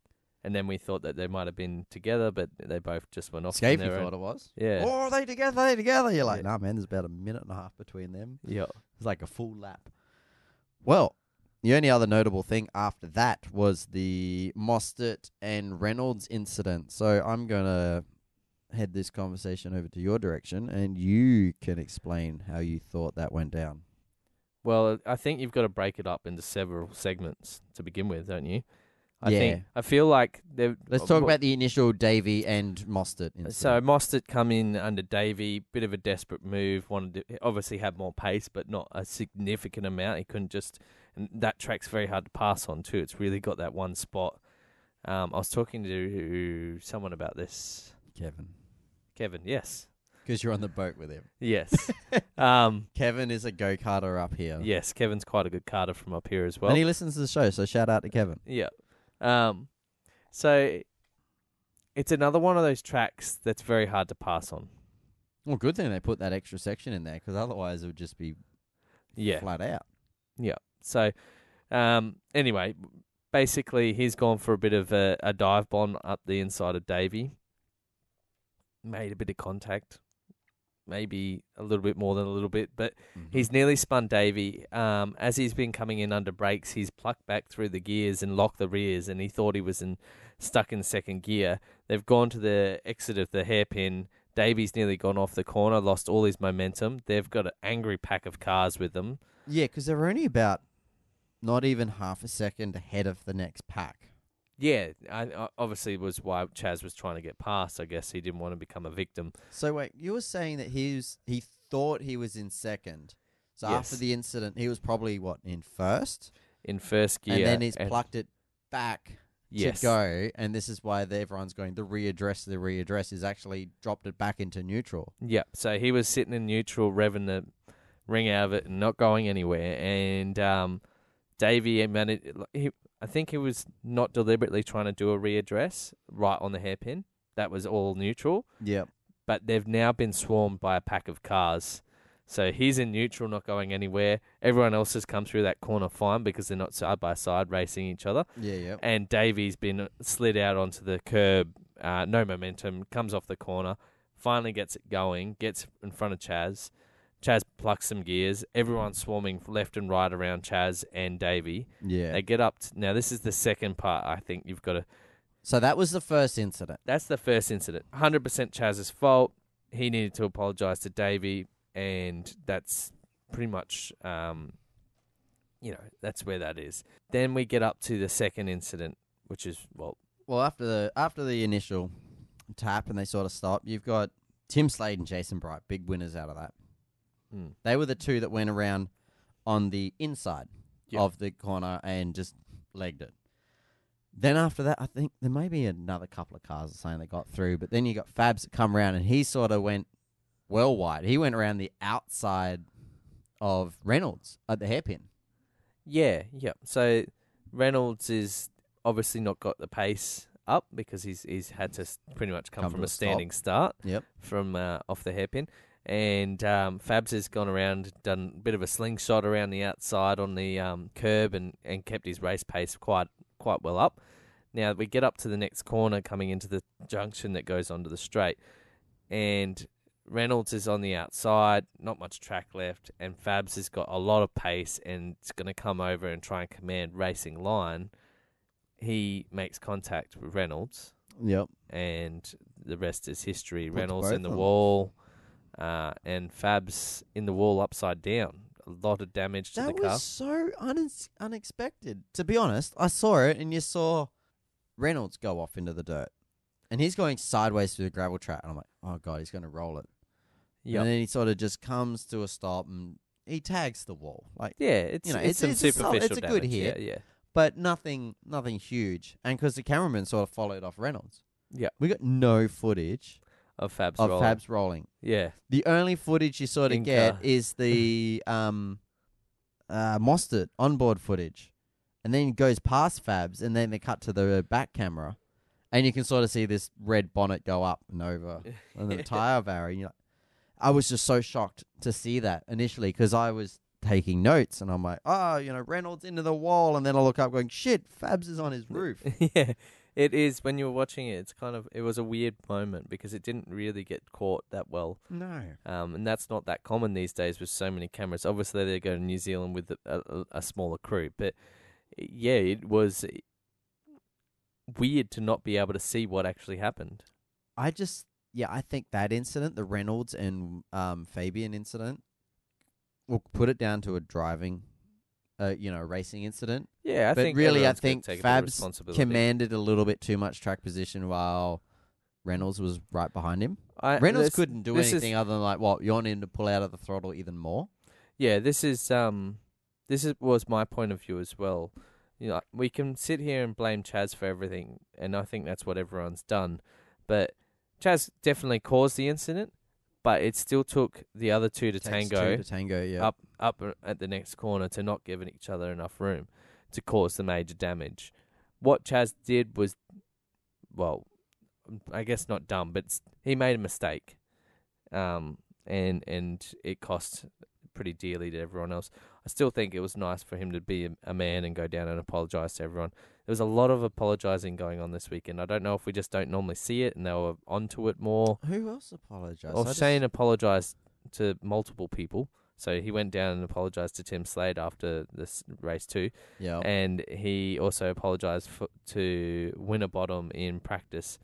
Speaker 2: and then we thought that they might have been together, but they both just went off. on
Speaker 1: Scapey
Speaker 2: their own.
Speaker 1: thought it was.
Speaker 2: eh? Yeah,
Speaker 1: Oh, are they together? Are they together? You're like,
Speaker 2: Yeah.
Speaker 1: nah, man, there's about a minute and a half between them.
Speaker 2: yeah.
Speaker 1: It's like a full lap. Well, the only other notable thing after that was the Mostert and Reynolds incident. So I'm going to head this conversation over to your direction and you can explain how you thought that went down.
Speaker 2: Well, uh, I think you've got to break it up into several segments to begin with, don't you? I think
Speaker 1: Yeah.
Speaker 2: I feel like they've
Speaker 1: Let's talk
Speaker 2: wha-
Speaker 1: about the initial Davy and Mostert. Incident.
Speaker 2: So Mostert come in under Davy, bit of a desperate move. Wanted to obviously have more pace, but not a significant amount. He couldn't just. And that track's very hard to pass on too. It's really got that one spot. Um, I was talking to someone about this.
Speaker 1: Kevin,
Speaker 2: Kevin, yes,
Speaker 1: because you're on the boat with him. [LAUGHS]
Speaker 2: yes, um,
Speaker 1: Kevin is a go karter up here.
Speaker 2: yes. Kevin's quite a good carter from up here as well.
Speaker 1: and he listens to the show, so shout out to Kevin.
Speaker 2: Yeah. Um, so it's another one of those tracks that's very hard to pass on.
Speaker 1: Well, good thing they put that extra section in there, because otherwise it would just be
Speaker 2: Yeah.
Speaker 1: flat out.
Speaker 2: So, um, anyway, basically he's gone for a bit of a, a dive bomb up the inside of Davy. Made a bit of contact, maybe a little bit more than a little bit, but
Speaker 1: Mm-hmm.
Speaker 2: he's nearly spun Davy. Um, as he's been coming in under brakes, he's plucked back through the gears and locked the rears, and he thought he was in stuck in second gear. They've gone to the exit of the hairpin. Davy's nearly gone off the corner, lost all his momentum. They've got an angry pack of cars with them.
Speaker 1: Yeah, because they're only about not even half a second ahead of the next pack.
Speaker 2: Yeah, I, I- obviously was why Chaz was trying to get past. I guess he didn't want to become a victim.
Speaker 1: So wait, you were saying that he was, he thought he was in second. So after
Speaker 2: Yes.
Speaker 1: the incident, he was probably what in first,
Speaker 2: In first gear,
Speaker 1: and then he's plucked it back
Speaker 2: yes,
Speaker 1: to go, and this is why the, everyone's going the readdress. The readdress is actually dropped it back into neutral.
Speaker 2: Yeah, so he was sitting in neutral, revving the ring out of it and not going anywhere. And um, Davey managed. He, I think he was not deliberately trying to do a readdress right on the hairpin. That was all neutral,
Speaker 1: Yep.
Speaker 2: but they've now been swarmed by a pack of cars. So he's in neutral, not going anywhere. Everyone else has come through that corner fine because they're not side by side racing each other.
Speaker 1: Yeah. Yep.
Speaker 2: [LAUGHS] and Davy's been slid out onto the curb, uh, no momentum, comes off the corner, finally gets it going, gets in front of Chaz. Chaz plucks some gears. Everyone's swarming left and right around Chaz and Davy.
Speaker 1: Yeah.
Speaker 2: They get up. t now, this is the second part. I think you've got to.
Speaker 1: so that was the first incident.
Speaker 2: That's the first incident. 100% Chaz's fault. He needed to apologize to Davy, and that's pretty much, um, you know, that's where that is. Then we get up to the second incident, which is, well,
Speaker 1: Well, after the after the initial tap and they sort of stop, you've got Tim Slade and Jason Bright, big winners out of that.
Speaker 2: hmm.
Speaker 1: They were the two that went around on the inside
Speaker 2: Yep.
Speaker 1: of the corner and just legged it. Then after that, I think there may be another couple of cars or something that got through, but then you got Fabs that come around and he sort of went well wide. He went around the outside of Reynolds at the hairpin.
Speaker 2: Yeah, yeah. So Reynolds is obviously not got the pace up because he's he's had to s- pretty much come,
Speaker 1: Come
Speaker 2: from
Speaker 1: to
Speaker 2: a
Speaker 1: a stop.
Speaker 2: standing start.
Speaker 1: Yep.
Speaker 2: From uh, off the hairpin, and um, Fabs has gone around, done a bit of a slingshot around the outside on the um, curb, and and kept his race pace quite quite well up. Now we get up to the next corner coming into the junction that goes onto the straight, and Reynolds is on the outside, not much track left, and Fabs has got a lot of pace and it's going to come over and try and command racing line. He makes contact with Reynolds,
Speaker 1: Yep.
Speaker 2: and the rest is history.
Speaker 1: Puts
Speaker 2: Reynolds
Speaker 1: both
Speaker 2: in the
Speaker 1: of 'em.
Speaker 2: wall, uh, and Fabs in the wall upside down. A lot of damage to
Speaker 1: That
Speaker 2: the car.
Speaker 1: was so un- unexpected. To be honest, I saw it and you saw Reynolds go off into the dirt. And he's going sideways through the gravel track. And I'm like, oh, God, he's going to roll it.
Speaker 2: Yep.
Speaker 1: And then he sort of just comes to a stop and he tags the wall. Like,
Speaker 2: yeah, it's,
Speaker 1: you know, it's-
Speaker 2: it's, some
Speaker 1: it's a sol-
Speaker 2: superficial
Speaker 1: it's a good
Speaker 2: damage.
Speaker 1: hit.
Speaker 2: Yeah, yeah.
Speaker 1: but nothing, nothing huge. And 'cause the cameraman sort of followed off Reynolds.
Speaker 2: Yeah.
Speaker 1: We got no footage
Speaker 2: Of Fabs
Speaker 1: of
Speaker 2: rolling.
Speaker 1: Fabs rolling.
Speaker 2: Yeah.
Speaker 1: The only footage you sort of
Speaker 2: In
Speaker 1: get
Speaker 2: car.
Speaker 1: is
Speaker 2: [LAUGHS]
Speaker 1: the um, uh, Mostert onboard footage, and then it goes past Fabs, and then they cut to the back camera, and you can sort of see this red bonnet go up and over, and the tire vary. And you're like, I was just so shocked to see that initially because I was taking notes, and I'm like, oh, you know, Reynolds into the wall, and then I look up, going, shit, Fabs is on his roof.
Speaker 2: [LAUGHS] yeah, it is. When you were watching it, it's kind of it was a weird moment because it didn't really get caught that well,
Speaker 1: no.
Speaker 2: um, and that's not that common these days with so many cameras. Obviously, they go to New Zealand with a, a, a smaller crew, but yeah, it was weird to not be able to see what actually happened.
Speaker 1: I just yeah, I think that incident, the Reynolds and um Fabian incident, we'll put it down to a driving, uh, you know, racing incident.
Speaker 2: Yeah, I
Speaker 1: But
Speaker 2: think
Speaker 1: really, I
Speaker 2: everyone's gonna
Speaker 1: think
Speaker 2: take a bit of
Speaker 1: Fab's
Speaker 2: responsibility.
Speaker 1: Commanded a little bit too much track position while Reynolds was right behind him.
Speaker 2: I,
Speaker 1: Reynolds
Speaker 2: Uh, this-
Speaker 1: couldn't do
Speaker 2: this is-
Speaker 1: anything other than like, well, you want him to pull out of the throttle even more.
Speaker 2: yeah, this is um, this is, was my point of view as well. You know, we can sit here and blame Chaz for everything, and I think that's what everyone's done. But Chaz definitely caused the incident, but it still took the other two to
Speaker 1: Takes two
Speaker 2: tango
Speaker 1: to tango, yeah.
Speaker 2: up up at the next corner to not giving each other enough room to cause the major damage. What Chaz did was, well, I guess not dumb, but s- he made a mistake, um, and and it cost pretty dearly to everyone else. I still think it was nice for him to be a, a man and go down and apologize to everyone. There was a lot of apologizing going on this weekend. I don't know if we just don't normally see it, and they were onto it more.
Speaker 1: Who else apologized?
Speaker 2: Well, Shane apologised to multiple people. So he went down and apologised to Tim Slade after this race too,
Speaker 1: yeah.
Speaker 2: and he also apologised for- to Winterbottom in practice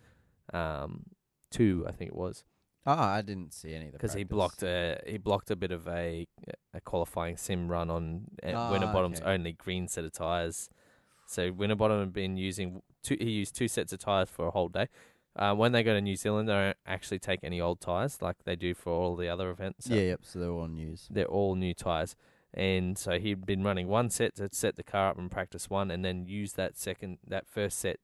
Speaker 2: um, two, I think it was,
Speaker 1: Oh, I didn't see any of the
Speaker 2: because he
Speaker 1: practice.
Speaker 2: blocked a he blocked a bit of a a qualifying sim run on uh,
Speaker 1: Ah,
Speaker 2: Winterbottom's
Speaker 1: okay.
Speaker 2: only green set of tyres. So Winterbottom had been using two, he used two sets of tyres for a whole day. Uh, when they go to New Zealand, they don't actually take any old tyres like they do for all the other events. So
Speaker 1: Yeah, yep. So they were on news.
Speaker 2: they're all new tires. And so he'd been running one set to set the car up and practice one, and then use that second, that first set,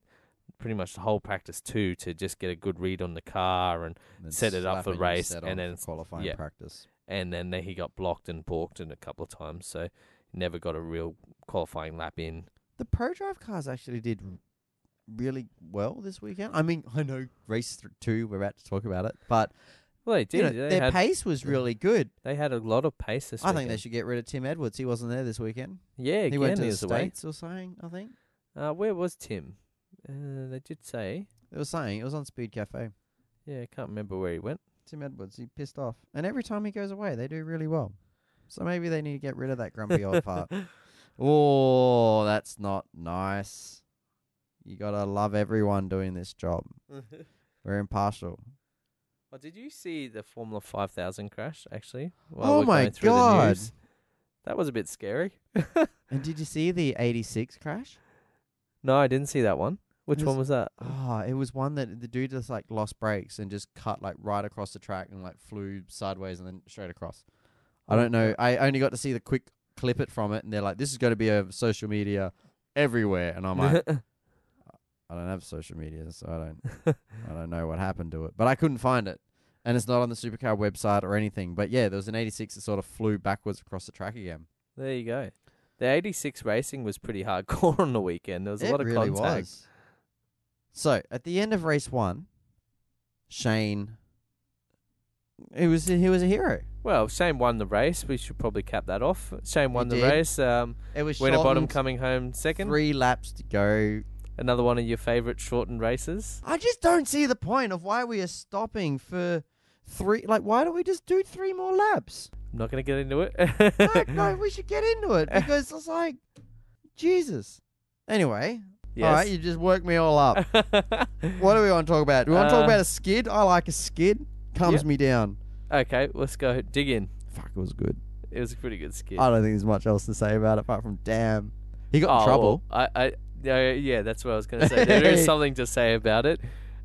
Speaker 2: pretty much the whole practice two, to just get a good read on the car, and
Speaker 1: and then
Speaker 2: set it up for
Speaker 1: slapping your
Speaker 2: race
Speaker 1: set
Speaker 2: and
Speaker 1: on
Speaker 2: then
Speaker 1: for
Speaker 2: it's-
Speaker 1: qualifying
Speaker 2: yeah.
Speaker 1: practice.
Speaker 2: and then he got blocked and balked in a couple of times, so never got a real qualifying lap in.
Speaker 1: The Pro Drive cars actually did really well this weekend. I mean, [LAUGHS] I know race th- two. We're about to talk about it, but
Speaker 2: Well, they did.
Speaker 1: you know,
Speaker 2: they
Speaker 1: their
Speaker 2: had
Speaker 1: pace was
Speaker 2: yeah.
Speaker 1: really good.
Speaker 2: they had a lot of pace this
Speaker 1: I think they
Speaker 2: weekend.
Speaker 1: should get rid of Tim Edwards. He wasn't there this weekend.
Speaker 2: Yeah,
Speaker 1: he
Speaker 2: again,
Speaker 1: went to
Speaker 2: he
Speaker 1: the
Speaker 2: was away.
Speaker 1: states or something. I think
Speaker 2: Uh, where was Tim? Uh, they did say.
Speaker 1: it was saying it was on Speed Cafe.
Speaker 2: Yeah, I can't remember where he went.
Speaker 1: Tim Edwards, he pissed off, and every time he goes away, they do really well. So maybe they need to get rid of that grumpy [LAUGHS] old
Speaker 2: [LAUGHS]
Speaker 1: fart. Oh, that's not nice. You gotta love everyone doing this job. We're impartial.
Speaker 2: Oh, did you see the Formula 5000 crash actually?
Speaker 1: Oh
Speaker 2: we're
Speaker 1: my
Speaker 2: going through the
Speaker 1: God.
Speaker 2: news? That was a bit scary.
Speaker 1: And did you see the 86 crash?
Speaker 2: No, I didn't see that one. Which
Speaker 1: There's-
Speaker 2: one was that?
Speaker 1: [SIGHS]
Speaker 2: [LAUGHS]
Speaker 1: Oh, it was one that the dude just like lost brakes and just cut like right across the track and like flew sideways and then straight across. I don't know. I only got to see the quick clip it from it and they're like, this is going to be over social media everywhere. And [LAUGHS] I'm like, I don't have social media, so I don't
Speaker 2: [LAUGHS]
Speaker 1: I don't know what happened to it, but I couldn't find it. And it's not on the supercar website or anything. But yeah, there was an 86 that sort of flew backwards across the track again.
Speaker 2: there you go. The 86 racing was pretty hardcore [LAUGHS] on the weekend. There was a lot of contact.
Speaker 1: was. So at the end of race one, Shane, he was he was a hero.
Speaker 2: Well, Shane won the race. We should probably cap that off. Shane won the
Speaker 1: did.
Speaker 2: race. Um,
Speaker 1: It was
Speaker 2: Winner bottom
Speaker 1: shortened,
Speaker 2: coming home second.
Speaker 1: Three laps to go.
Speaker 2: Another one of your favourite shortened races.
Speaker 1: I just don't see the point of why we are stopping for three. Like, why don't we just do three more laps?
Speaker 2: I'm not going to get into it.
Speaker 1: Like,
Speaker 2: [LAUGHS]
Speaker 1: no, we should get into it because it's like, Jesus. Anyway,
Speaker 2: Yes.
Speaker 1: All right, you just work me all up.
Speaker 2: [LAUGHS]
Speaker 1: what do we want to talk about? Do we want to
Speaker 2: Uh,
Speaker 1: talk about a skid? I like a skid. Calms
Speaker 2: yeah.
Speaker 1: me down.
Speaker 2: okay, let's go dig in.
Speaker 1: Fuck, it was good.
Speaker 2: It was a pretty good skit.
Speaker 1: I don't think there's much else to say about it apart from damn. He got in
Speaker 2: Oh,
Speaker 1: trouble.
Speaker 2: well, I, I, yeah, yeah, that's what I was going to
Speaker 1: [LAUGHS]
Speaker 2: say. There is something to say about it.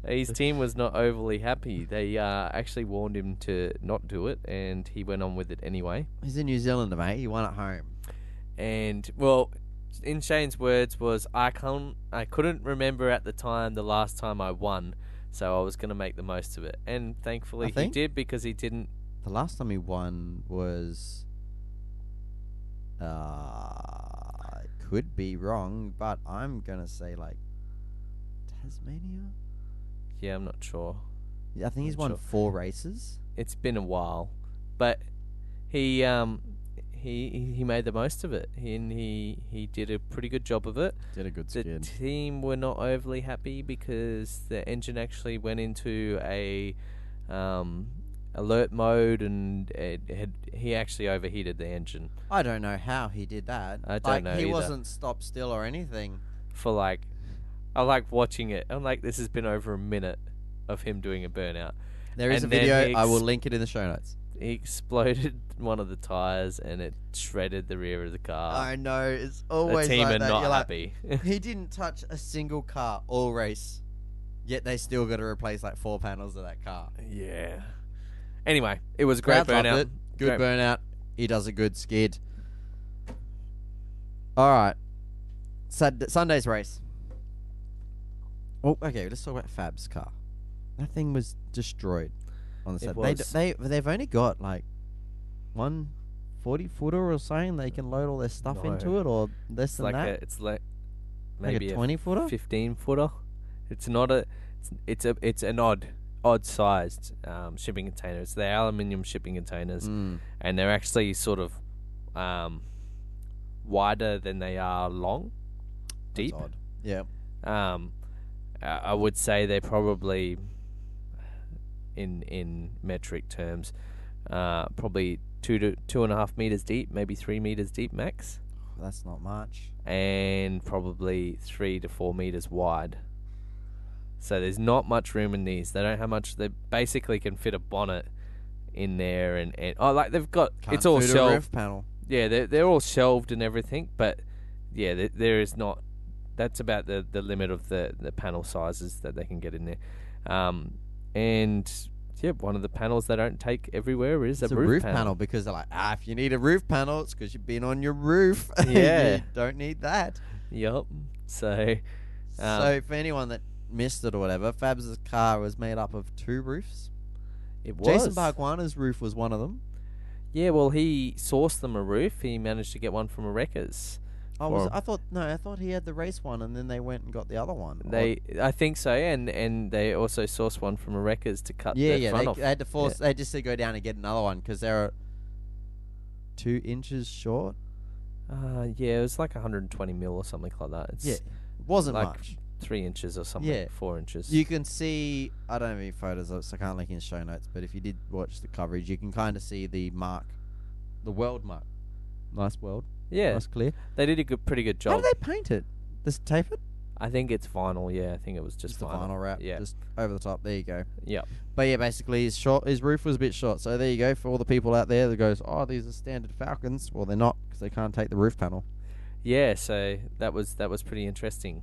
Speaker 2: His team was not overly happy. They uh, actually warned him to not do it, and he went on with it anyway.
Speaker 1: He's in New Zealand, mate. He won at home.
Speaker 2: And well, in Shane's words was, "I can't, I couldn't remember at the time the last time I won, so I was going to make the most of it." And
Speaker 1: I
Speaker 2: thankfully, he
Speaker 1: think-
Speaker 2: did because he didn't.
Speaker 1: The last time he won was. Uh, I could be wrong, but I'm going to say like Tasmania.
Speaker 2: Yeah, I'm not sure.
Speaker 1: Yeah, I think he's
Speaker 2: Not
Speaker 1: won
Speaker 2: sure.
Speaker 1: four races.
Speaker 2: It's been a while, but he um he he made the most of it, and he he did a pretty good job of it.
Speaker 1: Did a good
Speaker 2: the team were not overly happy because the engine actually went into a um, alert mode and it had, he actually overheated the engine
Speaker 1: I don't know how he did that.
Speaker 2: I don't
Speaker 1: like,
Speaker 2: know
Speaker 1: He
Speaker 2: either.
Speaker 1: wasn't stopped still or anything.
Speaker 2: for like I like watching it. I'm like this has been over a minute of him doing a burnout.
Speaker 1: There is
Speaker 2: And
Speaker 1: a
Speaker 2: then
Speaker 1: video.
Speaker 2: he
Speaker 1: I will
Speaker 2: ex-
Speaker 1: link it in the show notes.
Speaker 2: he exploded [LAUGHS] one of the tires and it shredded the rear of the car.
Speaker 3: I know it's
Speaker 2: Ah. the
Speaker 3: always
Speaker 2: team
Speaker 3: like
Speaker 2: are
Speaker 3: that.
Speaker 2: not
Speaker 3: You're like,
Speaker 2: happy. [LAUGHS]
Speaker 3: "He
Speaker 1: he didn't touch a single car all race, yet they still got to replace like four panels of that car.
Speaker 2: yeah. Anyway, it was a great
Speaker 1: Crowd loved
Speaker 2: burnout.
Speaker 1: it. Good
Speaker 2: Great-
Speaker 1: burnout. He does a good skid. All right. Sad- Sunday's race. Oh, okay. Let's talk about Fab's car. That thing was destroyed on the
Speaker 2: It
Speaker 1: Saturday.
Speaker 2: was.
Speaker 1: They, d- they they've only got like one forty footer or something. They can load all their stuff
Speaker 2: No.
Speaker 1: into it, or less
Speaker 2: It's
Speaker 1: than
Speaker 2: like
Speaker 1: that.
Speaker 2: a, it's like
Speaker 1: like
Speaker 2: maybe
Speaker 1: a
Speaker 2: a
Speaker 1: twenty footer.
Speaker 2: 15 footer. It's not a it's, it's a it's an odd odd sized um, shipping container. It's the aluminium shipping containers
Speaker 1: Mm.
Speaker 2: and they're actually sort of um, wider than they are long. Deep.
Speaker 1: odd. Yeah.
Speaker 2: Um, I I would say they're probably in in metric terms, uh, probably two to two and a half meters deep, maybe three meters deep max,
Speaker 1: That's not much.
Speaker 2: and probably three to four meters wide. So there's not much room in these. They don't have much. They basically can fit a bonnet in there, and, and oh, like they've got it's all
Speaker 1: fit a
Speaker 2: shelved.
Speaker 1: roof panel.
Speaker 2: Yeah, they're they're all shelved and everything, but yeah, there, there is not. That's about the, the limit of the, the panel sizes that they can get in there, um, and yeah, one of the panels they don't take everywhere is
Speaker 1: It's
Speaker 2: a,
Speaker 1: a roof, panel. because they're like, ah, if you need a roof panel, it's because you've been on your roof. [LAUGHS]
Speaker 2: Yeah.
Speaker 1: you don't need that.
Speaker 2: Yep. So Um,
Speaker 1: so, for anyone that missed it or whatever, Fab's car was made up of two roofs.
Speaker 2: it was.
Speaker 1: Jason Barguana's roof was one of them.
Speaker 2: Yeah, well, he sourced them a roof. He managed to get one from a wreckers.
Speaker 1: I was,
Speaker 2: Or-
Speaker 1: I thought, no, I thought he had the race one, and then they went and got the other one. Or-
Speaker 2: They, I think so, and and they also sourced one from a wreckers to cut
Speaker 1: yeah,
Speaker 2: the
Speaker 1: yeah,
Speaker 2: front
Speaker 1: they,
Speaker 2: off.
Speaker 1: they had to force. They just said go down and get another one because they're two inches short.
Speaker 2: Uh, yeah, it was like 120 mil or something like that. It's
Speaker 1: Yeah, wasn't
Speaker 2: like
Speaker 1: much.
Speaker 2: three inches or something,
Speaker 1: Yeah.
Speaker 2: four inches.
Speaker 1: You can see. I don't have any photos of it, so I can't link in the show notes. But if you did watch the coverage, you can kind of see the mark, the world mark. Nice world.
Speaker 2: yeah,
Speaker 1: Nice clear.
Speaker 2: They did a good, pretty good
Speaker 1: How
Speaker 2: job.
Speaker 1: do they paint it? Just tape it.
Speaker 2: I think it's vinyl. Yeah, I think it was just,
Speaker 1: the
Speaker 2: vinyl.
Speaker 1: vinyl wrap.
Speaker 2: Yeah.
Speaker 1: Just over the top. There you go.
Speaker 2: Yep.
Speaker 1: But yeah, basically his short, his roof was a bit short. So there you go for all the people out there that goes, oh, these are standard Falcons. Well, they're not because they can't take the roof panel.
Speaker 2: Yeah. So that was that was pretty interesting.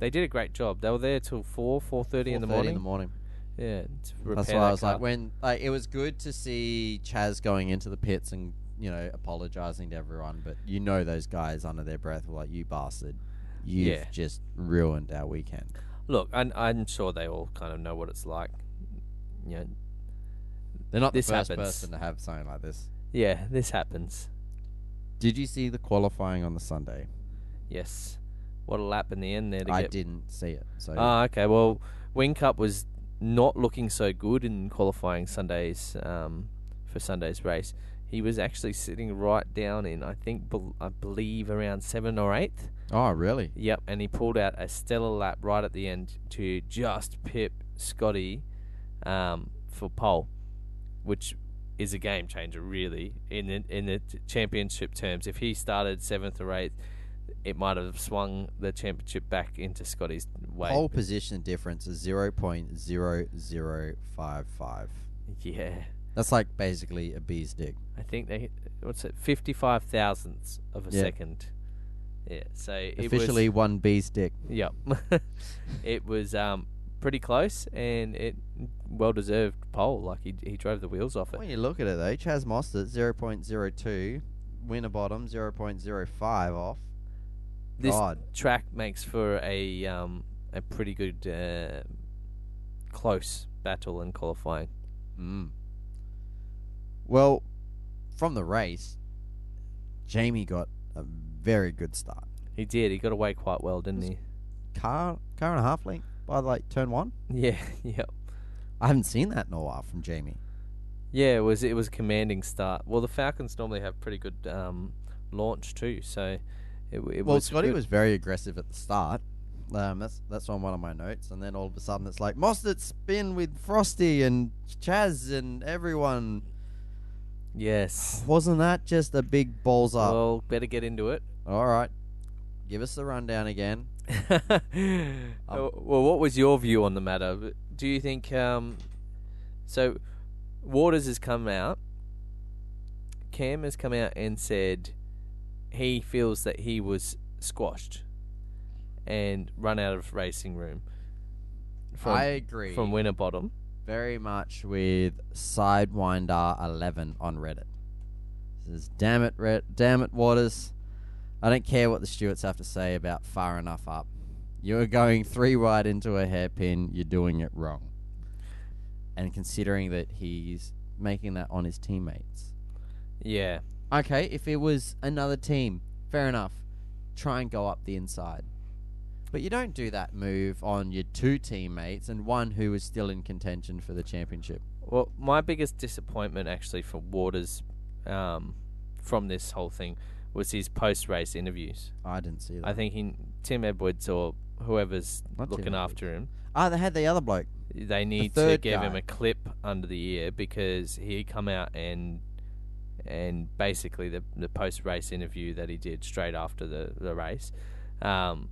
Speaker 2: They did a great job. They were there till four, four thirty in the
Speaker 1: 4:30
Speaker 2: morning.
Speaker 1: In the morning.
Speaker 2: yeah. To repair
Speaker 1: That's why I
Speaker 2: that
Speaker 1: was
Speaker 2: car.
Speaker 1: like, when like it was good to see Chaz going into the pits and you know apologizing to everyone, but you know those guys under their breath were like, "You bastard, you've
Speaker 2: Yeah.
Speaker 1: just ruined our weekend."
Speaker 2: Look, I'm, I'm sure they all kind of know what it's like. You know,
Speaker 1: They're not
Speaker 2: This
Speaker 1: the first
Speaker 2: happens.
Speaker 1: person to have something like this.
Speaker 2: yeah, this happens.
Speaker 1: Did you see the qualifying on the Sunday?
Speaker 2: Yes. What a lap in the end there to
Speaker 1: I
Speaker 2: get.
Speaker 1: didn't see it, so
Speaker 2: Ah, okay. Well, Wing Cup was not looking so good in qualifying Sundays um, for Sunday's race. He was actually sitting right down in, I think, bel I believe around seven or eighth.
Speaker 1: oh really?
Speaker 2: Yep, and he pulled out a stellar lap right at the end to just pip Scotty um, for pole, which is a game changer, really, in the, in the t- championship terms. If he started seventh or eighth, it might have swung the championship back into Scotty's way.
Speaker 1: Whole position difference is zero point zero zero five five.
Speaker 2: Yeah,
Speaker 1: That's like basically a bee's dick.
Speaker 2: I think they what's it fifty five thousandths of a
Speaker 1: Yeah.
Speaker 2: second. Yeah, so it
Speaker 1: Officially one bee's dick.
Speaker 2: was, yep, [LAUGHS] it was um pretty close and it well deserved pole. Like he he drove the wheels off it.
Speaker 1: When you look at it though, Chaz Mostert zero point zero two, winner bottom zero point zero five off.
Speaker 2: This
Speaker 1: God,
Speaker 2: track makes for a um a pretty good uh, close battle in qualifying.
Speaker 1: mm. well, from the race, Jamie got a very good start.
Speaker 2: He did. He got away quite well, didn't he? [LAUGHS]
Speaker 1: Car, car and a half length by like turn one.
Speaker 2: Yeah, yep.
Speaker 1: I haven't seen that in a while from Jamie.
Speaker 2: Yeah, it was it was a commanding start. Well, the Falcons normally have pretty good um, launch too, so it, w- it
Speaker 1: well,
Speaker 2: was
Speaker 1: Scotty
Speaker 2: good.
Speaker 1: was very aggressive at the start. Um, that's that's on one of my notes, and then all of a sudden it's like Mostert spin with Frosty and Chaz and everyone.
Speaker 2: yes.
Speaker 1: Wasn't that just a big balls up?
Speaker 2: Well, better get into it.
Speaker 1: All right. Give us the rundown again. [LAUGHS]
Speaker 2: Uh, well, what was your view on the matter? Do you think um, so? Waters has come out. Cam has come out and said he feels that he was squashed and run out of racing room from
Speaker 1: I agree
Speaker 2: from Winterbottom.
Speaker 1: very much with Sidewinder11 on Reddit. Says, "Damn it, Red! Damn it, Waters! I don't care what the Stewarts have to say about far enough up. You're going three wide into a hairpin. You're doing it wrong." And considering that he's making that on his teammates,
Speaker 2: Yeah,
Speaker 1: Okay, if it was another team, fair enough. Try and go up the inside. But you don't do that move on your two teammates and one who is still in contention for the championship.
Speaker 2: Well, my biggest disappointment actually for Waters um, from this whole thing was his post race interviews.
Speaker 1: I didn't see that.
Speaker 2: I think he, Tim Edwards or whoever's
Speaker 1: Not Tim
Speaker 2: looking
Speaker 1: Edwards.
Speaker 2: after him,
Speaker 1: Ah, they had the other bloke.
Speaker 2: they need to
Speaker 1: third
Speaker 2: give him
Speaker 1: guy.
Speaker 2: a clip under the ear because he come out and and basically the the post race interview that he did straight after the the race, um,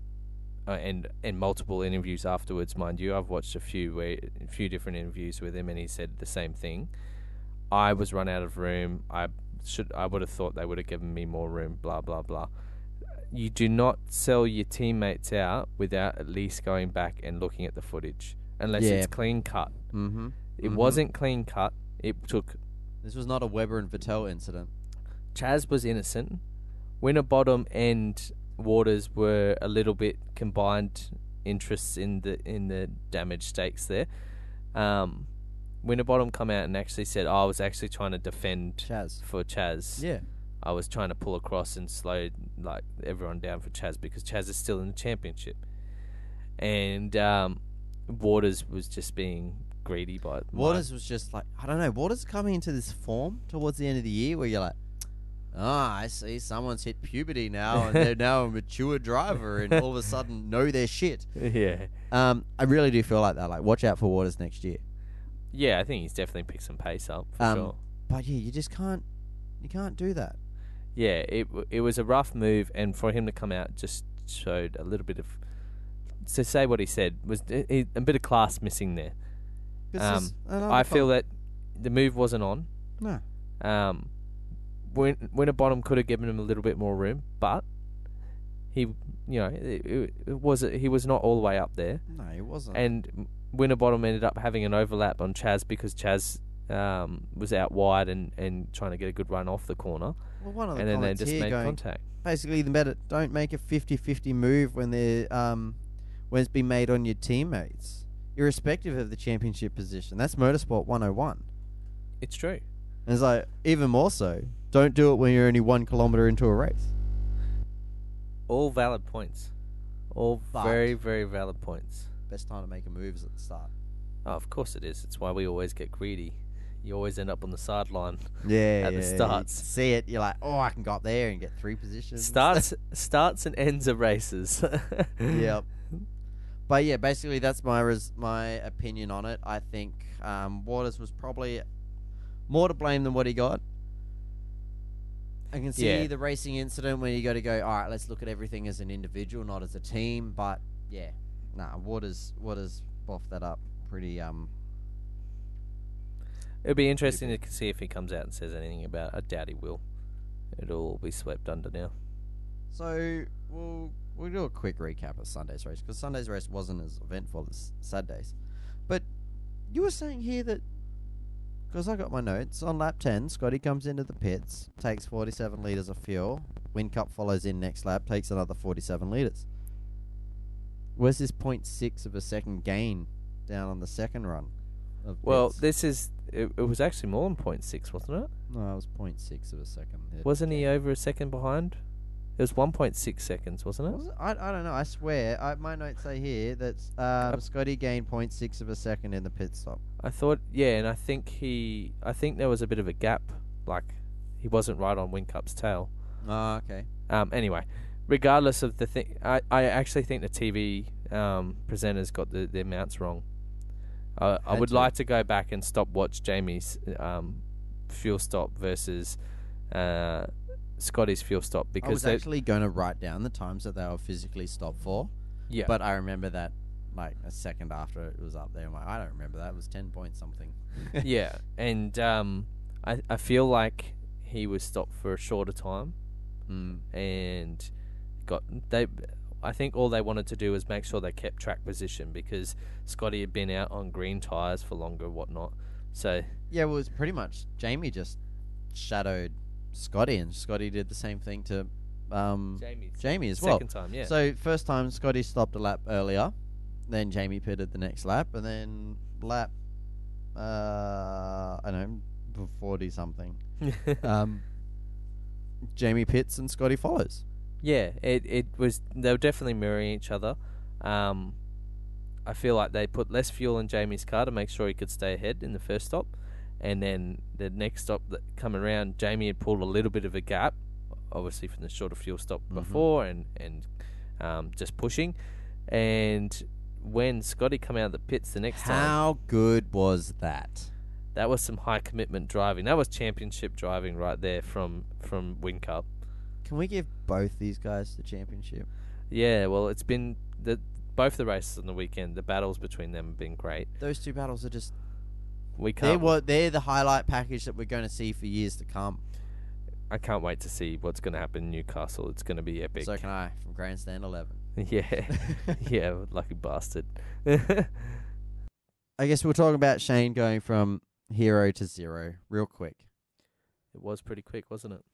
Speaker 2: uh, and and multiple interviews afterwards, mind you, I've watched a few where, a few different interviews with him, and he said the same thing. I was run out of room. I should I would have thought they would have given me more room. Blah blah blah. You do not sell your teammates out without at least going back and looking at the footage, unless
Speaker 1: Yeah.
Speaker 2: it's clean cut.
Speaker 1: Mm-hmm.
Speaker 2: It
Speaker 1: Mhm.
Speaker 2: wasn't clean cut. It took
Speaker 1: This was not a Weber and Vettel incident.
Speaker 2: Chaz was innocent. Winterbottom and Waters were a little bit combined interests in the in the damage stakes there. Um, Winterbottom come out and actually said, "Oh, "I was actually trying to defend
Speaker 1: Chaz.
Speaker 2: for Chaz.
Speaker 1: Yeah.
Speaker 2: I was trying to pull across and slow like everyone down for Chaz because Chaz is still in the championship." And um, Waters was just being greedy by my-
Speaker 1: Waters was just like, I don't know, Waters coming into this form towards the end of the year where you're like, ah, I see someone's hit puberty now and
Speaker 2: [LAUGHS]
Speaker 1: they're now a mature driver and all of a sudden know their shit.
Speaker 2: Yeah,
Speaker 1: Um, I really do feel like that. Like, watch out for Waters next year.
Speaker 2: yeah. I think he's definitely picked some pace up for
Speaker 1: Um,
Speaker 2: sure.
Speaker 1: But yeah, you just can't, you can't do that.
Speaker 2: yeah, it w- it was a rough move, and for him to come out just showed a little bit of to say what he said was d- he- a bit of class missing there. Um,
Speaker 1: Oh,
Speaker 2: I feel that the move wasn't on.
Speaker 1: no.
Speaker 2: Um, Win- Winterbottom could have given him a little bit more room, but he, you know, it, it, it was he was not all the way up there,
Speaker 1: No, it wasn't.
Speaker 2: and Winterbottom ended up having an overlap on Chaz because Chaz um, was out wide and, and trying to get a good run off the corner,
Speaker 1: well, one of the
Speaker 2: and then they
Speaker 1: comments
Speaker 2: just
Speaker 1: here
Speaker 2: made
Speaker 1: going,
Speaker 2: contact.
Speaker 1: basically, the better don't make a 50-50 move when they're um, when it's been made on your teammates, irrespective of the championship position. That's motorsport one hundred and one.
Speaker 2: It's true.
Speaker 1: And it's like even more so, don't do it when you're only one kilometer into a race.
Speaker 2: All valid points. All
Speaker 1: But-
Speaker 2: very, very valid points.
Speaker 1: Best time to make a move is at the start.
Speaker 2: Oh, of course it is. It's why we always get greedy. You always end up on the sideline.
Speaker 1: Yeah,
Speaker 2: At the
Speaker 1: yeah, you
Speaker 2: starts.
Speaker 1: see it, you're like, oh, I can go up there and get three positions.
Speaker 2: Starts, starts and ends of races. [LAUGHS]
Speaker 1: yep. [LAUGHS] But yeah, basically that's my res- my opinion on it. I think um, Waters was probably more to blame than what he got. I can see
Speaker 2: Yeah.
Speaker 1: the racing incident where you got to go. All right, let's look at everything as an individual, not as a team. But yeah, nah, Waters Waters buffed that up pretty. Um,
Speaker 2: It'll be interesting to see if he comes out and says anything about. it. I doubt he will. It'll all be swept under now.
Speaker 1: so we'll we'll do a quick recap of Sunday's race because Sunday's race wasn't as eventful as Saturday's. But you were saying here that because I got my notes on lap 10, Scotty comes into the pits, takes 47 litres of fuel. Wincup follows in next lap, takes another 47 litres. Where's this 0.6 of a second gain down on the second run? Of
Speaker 2: Well,
Speaker 1: pits?
Speaker 2: this is. It, it was actually more than point six, wasn't it?
Speaker 1: no, it was 0.6 of a second. It-
Speaker 2: Wasn't he over a second behind? It was 1.6 seconds, wasn't it?
Speaker 1: Was it? I, I don't know. I swear, I, my notes say here that um, Scotty gained 0.6 of a second in the pit stop.
Speaker 2: I thought, yeah, and I think he, I think there was a bit of a gap, like he wasn't right on Wincup's tail.
Speaker 1: Ah, okay.
Speaker 2: Um, anyway, regardless of the thing, I, I actually think the TV um, presenters got the, their mounts wrong. I I
Speaker 1: Had
Speaker 2: would
Speaker 1: to.
Speaker 2: like to go back and stop watch Jamie's um, fuel stop versus uh, Scotty's fuel stop
Speaker 1: I was
Speaker 2: because they,
Speaker 1: actually going to write down the times that they were physically stopped for.
Speaker 2: yeah,
Speaker 1: But I remember that like a second after it was up there. I'm like, I don't remember that. It was ten point something.
Speaker 2: [LAUGHS]
Speaker 1: [LAUGHS]
Speaker 2: yeah, and um, I I feel like he was stopped for a shorter time
Speaker 1: Mm.
Speaker 2: and got they. I think all they wanted to do was make sure they kept track position because Scotty had been out on green tires for longer, whatnot. So
Speaker 1: Yeah, well, it was pretty much Jamie just shadowed Scotty, and Scotty did the same thing to um,
Speaker 2: Jamie,
Speaker 1: Jamie as well.
Speaker 2: second time, [LAUGHS] yeah.
Speaker 1: So first time Scotty stopped a lap earlier, then Jamie pitted the next lap, and then lap uh, I don't know forty something. Um, Jamie pits and Scotty follows.
Speaker 2: yeah, it it was they were definitely mirroring each other. Um, I feel like they put less fuel in Jamie's car to make sure he could stay ahead in the first stop, and then the next stop that coming around, Jamie had pulled a little bit of a gap, obviously from the shorter fuel stop
Speaker 1: Mhm.
Speaker 2: before, and and um, just pushing, and when Scotty come out of the pits the next time,
Speaker 1: How good was that?
Speaker 2: that was some high commitment driving. That was championship driving right there from from Win Cup.
Speaker 1: Can we give both these guys the championship?
Speaker 2: Yeah, well, it's been the both the races on the weekend. The battles between them have been great.
Speaker 1: Those two battles are just
Speaker 2: We
Speaker 1: they
Speaker 2: can't.
Speaker 1: were they're the highlight package that we're going to see for years to come.
Speaker 2: I can't wait to see what's going to happen in Newcastle. It's going to be epic.
Speaker 1: So can I from Grandstand
Speaker 2: [LAUGHS]
Speaker 1: Eleven. [LAUGHS]
Speaker 2: yeah, yeah, lucky bastard. [LAUGHS]
Speaker 1: I guess we're talking about Shane going from hero to zero real quick.
Speaker 2: it was pretty quick, wasn't it?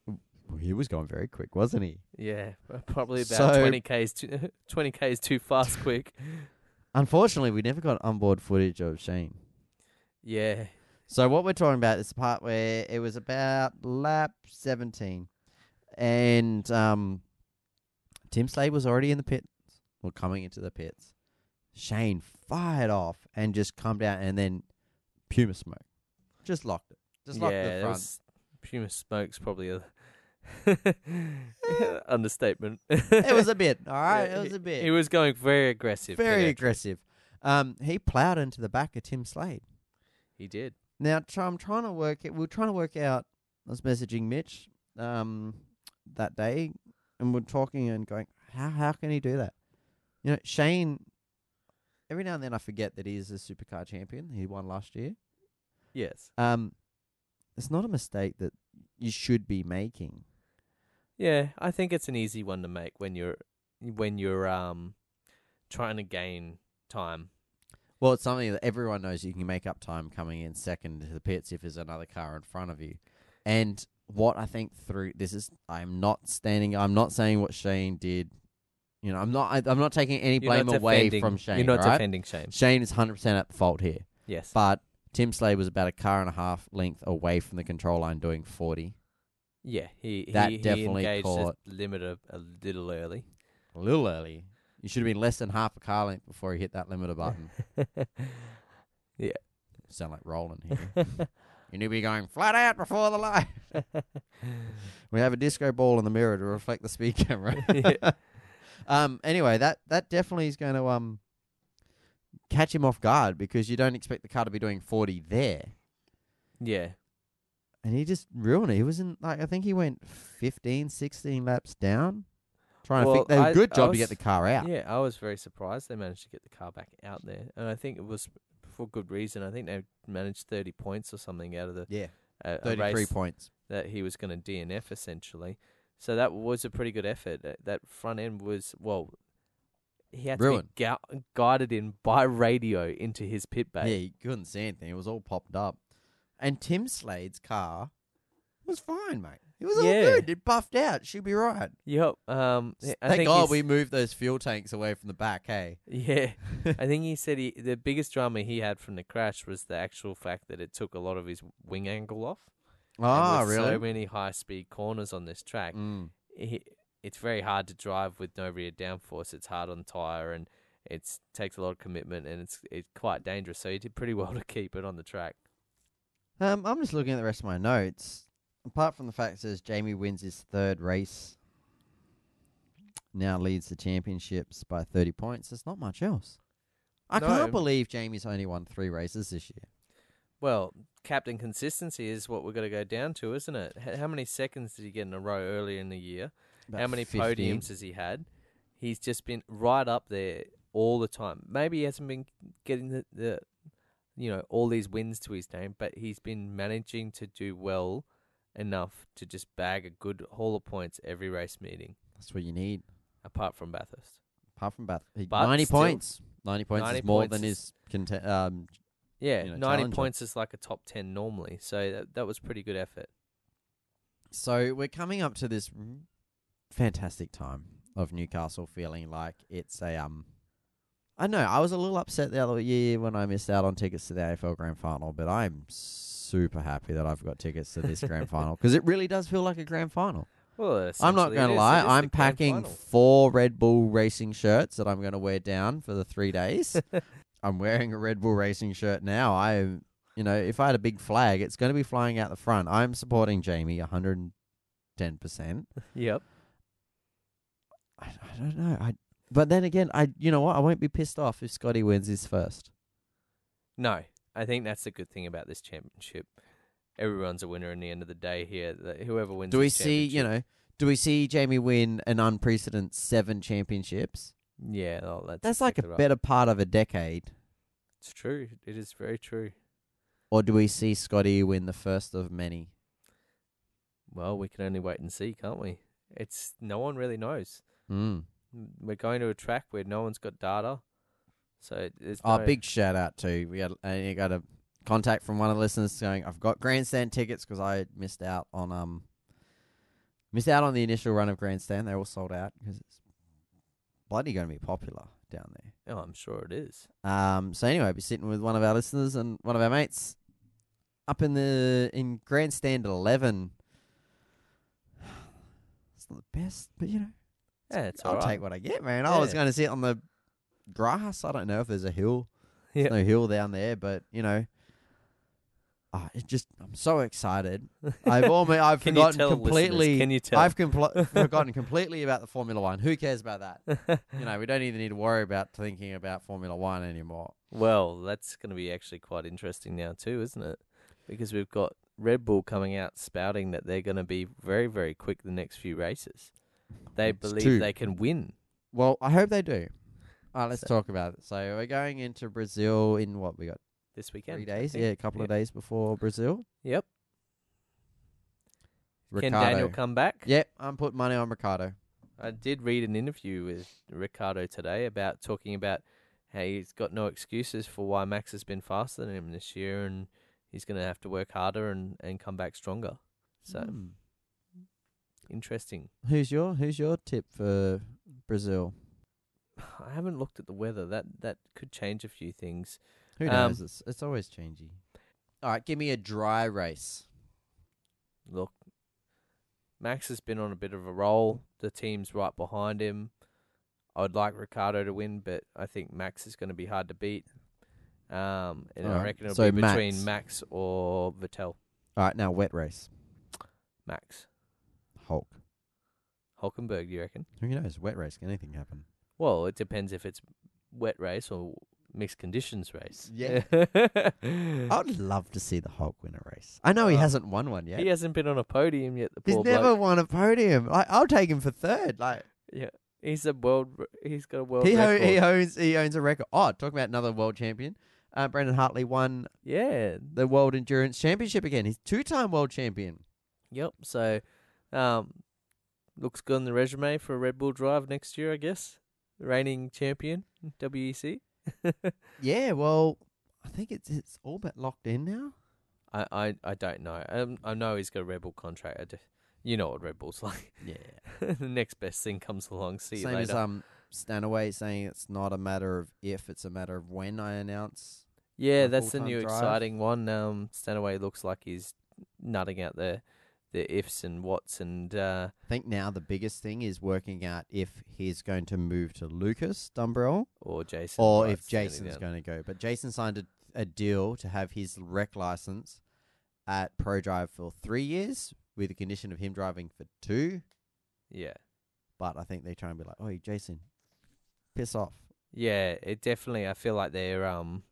Speaker 1: He was going very quick, wasn't he?
Speaker 2: Yeah, probably about
Speaker 1: So-
Speaker 2: twenty k's too [LAUGHS] twenty k's too fast, quick.
Speaker 1: Unfortunately, we never got onboard footage of Shane.
Speaker 2: Yeah,
Speaker 1: So what we're talking about is the part where it was about lap 17, and um, Tim Slade was already in the pits, or coming into the pits. Shane fired off and just come down, and then puma smoke, just locked it, just locked
Speaker 2: yeah.
Speaker 1: the
Speaker 2: that
Speaker 1: front.
Speaker 2: was- Puma smokes
Speaker 1: [LAUGHS]
Speaker 2: probably a [LAUGHS] understatement.
Speaker 1: It was a bit, all right.
Speaker 2: Yeah,
Speaker 1: it was a bit.
Speaker 2: [LAUGHS] He was going very aggressive.
Speaker 1: very
Speaker 2: Pedro.
Speaker 1: aggressive. Um, he ploughed into the back of Tim Slade.
Speaker 2: He did.
Speaker 1: Now tr- I'm trying to work it. We are trying to work out. I was messaging Mitch um, that day, and we're talking and going, how how can he do that? You know, Shane. Every now and then I forget that he is a supercar champion. He won last year.
Speaker 2: Yes.
Speaker 1: Um, it's not a mistake that you should be making.
Speaker 2: Yeah, I think it's an easy one to make when you're when you're um trying to gain time.
Speaker 1: Well, it's something that everyone knows you can make up time coming in second to the pits if there's another car in front of you. And what I think through this is, I'm not standing, I'm not saying what Shane did. You know, I'm not, I, I'm not taking any
Speaker 2: You're not
Speaker 1: blame away
Speaker 2: defending-
Speaker 1: from Shane.
Speaker 2: You're not
Speaker 1: right?
Speaker 2: defending Shane.
Speaker 1: Shane is 100% at fault here.
Speaker 2: Yes.
Speaker 1: But Tim Slade was about a car and a half length away from the control line doing 40.
Speaker 2: yeah, he
Speaker 1: That
Speaker 2: he,
Speaker 1: definitely
Speaker 2: he engaged
Speaker 1: caught-
Speaker 2: the limit a, a little early.
Speaker 1: A little early. You should have been less than half a car length before he hit that limiter button. Sound like Roland here.
Speaker 2: [LAUGHS]
Speaker 1: you need to be going flat out before the line. We have a disco ball in the mirror to reflect the speed camera.
Speaker 2: [LAUGHS] Yeah.
Speaker 1: [LAUGHS] um. Anyway, that that definitely is going to um catch him off guard because you don't expect the car to be doing forty there,
Speaker 2: [LAUGHS] yeah.
Speaker 1: and he just ruined it. He was in like I think he went 15, 16 laps down, trying to
Speaker 2: Well,
Speaker 1: fix. They did
Speaker 2: I-
Speaker 1: a good
Speaker 2: I
Speaker 1: job to
Speaker 2: was-
Speaker 1: get the car
Speaker 2: yeah.
Speaker 1: out.
Speaker 2: I was very surprised they managed to get the car back out there. And I think it was for good reason. I think they managed 30 points or something out of the
Speaker 1: Yeah,
Speaker 2: uh, a
Speaker 1: thirty three
Speaker 2: race
Speaker 1: points.
Speaker 2: that he was going to DNF essentially. So that was a pretty good effort. Uh, That front end was well. He had
Speaker 1: Ruined.
Speaker 2: to be gou- guided in by radio into his pit
Speaker 1: Yeah,
Speaker 2: bay.
Speaker 1: you couldn't see anything. It was all popped up, and Tim Slade's car was fine, mate. It was all
Speaker 2: Yeah.
Speaker 1: good. It buffed out. Should be right.
Speaker 2: Yep. Um. I
Speaker 1: Thank
Speaker 2: think
Speaker 1: God
Speaker 2: he's-
Speaker 1: we moved those fuel tanks away from the back. Hey.
Speaker 2: [LAUGHS] Yeah. I think he said he the biggest drama he had from the crash was the actual fact that it took a lot of his wing angle off. And
Speaker 1: Ah,
Speaker 2: with
Speaker 1: really?
Speaker 2: So many high speed corners on this track.
Speaker 1: Mm.
Speaker 2: he, it's very hard to drive with no rear downforce. It's hard on tire and it's takes a lot of commitment and it's it's quite dangerous. So he did pretty [LAUGHS] well to keep it on the track.
Speaker 1: Um, I'm just looking at the rest of my notes. Apart from the fact it says Jamie wins his third race, now leads the championships by 30 points. There's not much else. I
Speaker 2: No.
Speaker 1: can't believe Jamie's only won three races this year.
Speaker 2: Well, captain consistency is what we're going to go down to, isn't it? H- how many seconds did he get in a row earlier in the year?
Speaker 1: About
Speaker 2: how many
Speaker 1: 50.
Speaker 2: podiums has he had? He's just been right up there all the time. Maybe he hasn't been getting the, the you know all these wins to his name, but he's been managing to do well enough to just bag a good haul of points every race meeting,
Speaker 1: That's what you need.
Speaker 2: apart from Bathurst.
Speaker 1: Apart from Bath, he-
Speaker 2: But
Speaker 1: ninety
Speaker 2: still-
Speaker 1: points. Ninety points
Speaker 2: 90
Speaker 1: is more
Speaker 2: points
Speaker 1: than
Speaker 2: is-
Speaker 1: his conte- um,
Speaker 2: Yeah,
Speaker 1: You know,
Speaker 2: ninety
Speaker 1: challenger.
Speaker 2: points is like a top ten normally, so that, that was pretty good effort.
Speaker 1: So we're coming up to this r- fantastic time of Newcastle feeling like it's a um. I know I was a little upset the other year when I missed out on tickets to the AFL Grand Final, but I'm super happy that I've got tickets to this Grand Final because it really does feel like a Grand Final.
Speaker 2: Well,
Speaker 1: I'm not
Speaker 2: essentially it
Speaker 1: going to
Speaker 2: is-
Speaker 1: lie,
Speaker 2: it is the
Speaker 1: I'm
Speaker 2: grand
Speaker 1: packing
Speaker 2: final.
Speaker 1: four Red Bull Racing shirts that I'm going to wear down for the three [LAUGHS] days. I'm wearing a Red Bull Racing shirt now. I, you know, if I had a big flag, it's going to be flying out the front. I'm supporting Jamie 110%.
Speaker 2: [LAUGHS] Yep.
Speaker 1: I, I don't know. I, but then again, I, you know what? I won't be pissed off if Scotty wins his first.
Speaker 2: No, I think that's the good thing about this championship. Everyone's a winner in the end of the day here. that Whoever wins.
Speaker 1: Do we
Speaker 2: this
Speaker 1: see, you know, do we see Jamie win an unprecedented seven championships?
Speaker 2: championship- Yeah, oh, that's
Speaker 1: That's like a
Speaker 2: exactly right.
Speaker 1: better part of a decade.
Speaker 2: It's true. It is very true.
Speaker 1: Or do we see Scotty win the first of many?
Speaker 2: Well, we can only wait and see, can't we? It's no one really knows.
Speaker 1: Mm.
Speaker 2: M- We're going to a track where no one's got data, so it's
Speaker 1: Oh,
Speaker 2: no,
Speaker 1: big shout out to we had uh, you got a contact from one of the listeners saying I've got grandstand tickets because I missed out on um missed out on the initial run of grandstand. They're all sold out because it's bloody going to be popular down there.
Speaker 2: Oh, I'm sure it is.
Speaker 1: Um, so anyway, I'll be sitting with one of our listeners and one of our mates up in the in grandstand eleven. [SIGHS] It's not the best, but you know,
Speaker 2: Yeah, it's
Speaker 1: I'll
Speaker 2: all right.
Speaker 1: take what I get, man. I was
Speaker 2: Yeah.
Speaker 1: going to sit on the grass. I don't know if there's a hill.
Speaker 2: Yeah.
Speaker 1: There's no hill down there, but you know, Ah, it just I'm so excited. [LAUGHS]
Speaker 2: [LAUGHS]
Speaker 1: I've almost I've
Speaker 2: Can you
Speaker 1: forgotten
Speaker 2: tell, listeners?
Speaker 1: completely.
Speaker 2: Can you tell?
Speaker 1: I've compl- forgotten completely about the Formula One. Who cares about that?
Speaker 2: [LAUGHS]
Speaker 1: You know, we don't even need to worry about thinking about Formula One anymore.
Speaker 2: Well, that's going to be actually quite interesting now too, isn't it? Because we've got Red Bull coming out spouting that they're going to be very, very quick the next few races. They
Speaker 1: It's
Speaker 2: believe
Speaker 1: true.
Speaker 2: they can win.
Speaker 1: Well, I hope they do. All right, let's
Speaker 2: So-
Speaker 1: talk about it. So we're going into Brazil in what we got
Speaker 2: This
Speaker 1: three
Speaker 2: weekend,
Speaker 1: days? Yeah, a couple of days before Brazil.
Speaker 2: Yep. Can
Speaker 1: Ricardo.
Speaker 2: Daniel come back?
Speaker 1: Yep, I'm putting money on Ricardo.
Speaker 2: I did read an interview with Ricardo today about talking about how he's got no excuses for why Max has been faster than him this year, and he's going to have to work harder and and come back stronger. So
Speaker 1: Hmm.
Speaker 2: interesting.
Speaker 1: Who's your Who's your tip for Brazil?
Speaker 2: [SIGHS] I haven't looked at the weather. That that could change a few things.
Speaker 1: Who
Speaker 2: Um,
Speaker 1: knows? it's, it's always changing. All right, give me a dry race.
Speaker 2: look, Max has been on a bit of a roll. The team's right behind him. I'd like Ricardo to win, but I think Max is going to be hard to beat. Um, and I
Speaker 1: Alright,
Speaker 2: reckon it'll
Speaker 1: so
Speaker 2: be
Speaker 1: Max.
Speaker 2: between Max or Vettel.
Speaker 1: All right, now wet race.
Speaker 2: Max
Speaker 1: Hulk.
Speaker 2: Hulkenberg, do you reckon?
Speaker 1: Who knows? Wet race. Can anything happen?
Speaker 2: Well, it depends if it's wet race or mixed conditions race. [LAUGHS]
Speaker 1: Yeah. Oh, I would love to see the Hulk win a race. I know he
Speaker 2: Uh,
Speaker 1: hasn't won one yet.
Speaker 2: He hasn't been on a podium yet. The
Speaker 1: He's
Speaker 2: poor
Speaker 1: never
Speaker 2: bloke.
Speaker 1: won a podium. Like I'll take him for third. Like
Speaker 2: Yeah, he's a world. r- He's got a world
Speaker 1: he, o- E
Speaker 2: record.
Speaker 1: he owns he owns a record. Oh, talking about another world champion. Uh, Brendan Hartley won
Speaker 2: yeah,
Speaker 1: the World Endurance Championship again. He's two time world champion.
Speaker 2: Yep. So, um, looks good on the resume for a Red Bull drive next year, I guess. Reigning champion, E [LAUGHS] WEC.
Speaker 1: Yeah, well, I think it's it's all but locked in now.
Speaker 2: I, I, I don't know. Um, I know he's got a Red Bull contract. I d you know what Red Bull's [LAUGHS] like.
Speaker 1: Yeah.
Speaker 2: the next best thing comes along. See you
Speaker 1: Same as
Speaker 2: later.
Speaker 1: um Stanaway saying it's not a matter of if, it's a matter of when I announce.
Speaker 2: yeah,
Speaker 1: a
Speaker 2: that's the
Speaker 1: full-time
Speaker 2: new
Speaker 1: drive.
Speaker 2: exciting one. Um, Stanaway looks like he's nutting out the the ifs and whats and uh,
Speaker 1: I think now the biggest thing is working out if he's going to move to Lucas Dumbrell
Speaker 2: or Jason
Speaker 1: or
Speaker 2: Wright's
Speaker 1: if
Speaker 2: gonna be
Speaker 1: Jason's
Speaker 2: down.
Speaker 1: going to go. But Jason signed a, a deal to have his rec license at ProDrive for three years with the condition of him driving for two.
Speaker 2: yeah.
Speaker 1: But I think they try and be like, oh, Jason, piss off.
Speaker 2: Yeah, it definitely. I feel like they're. Um,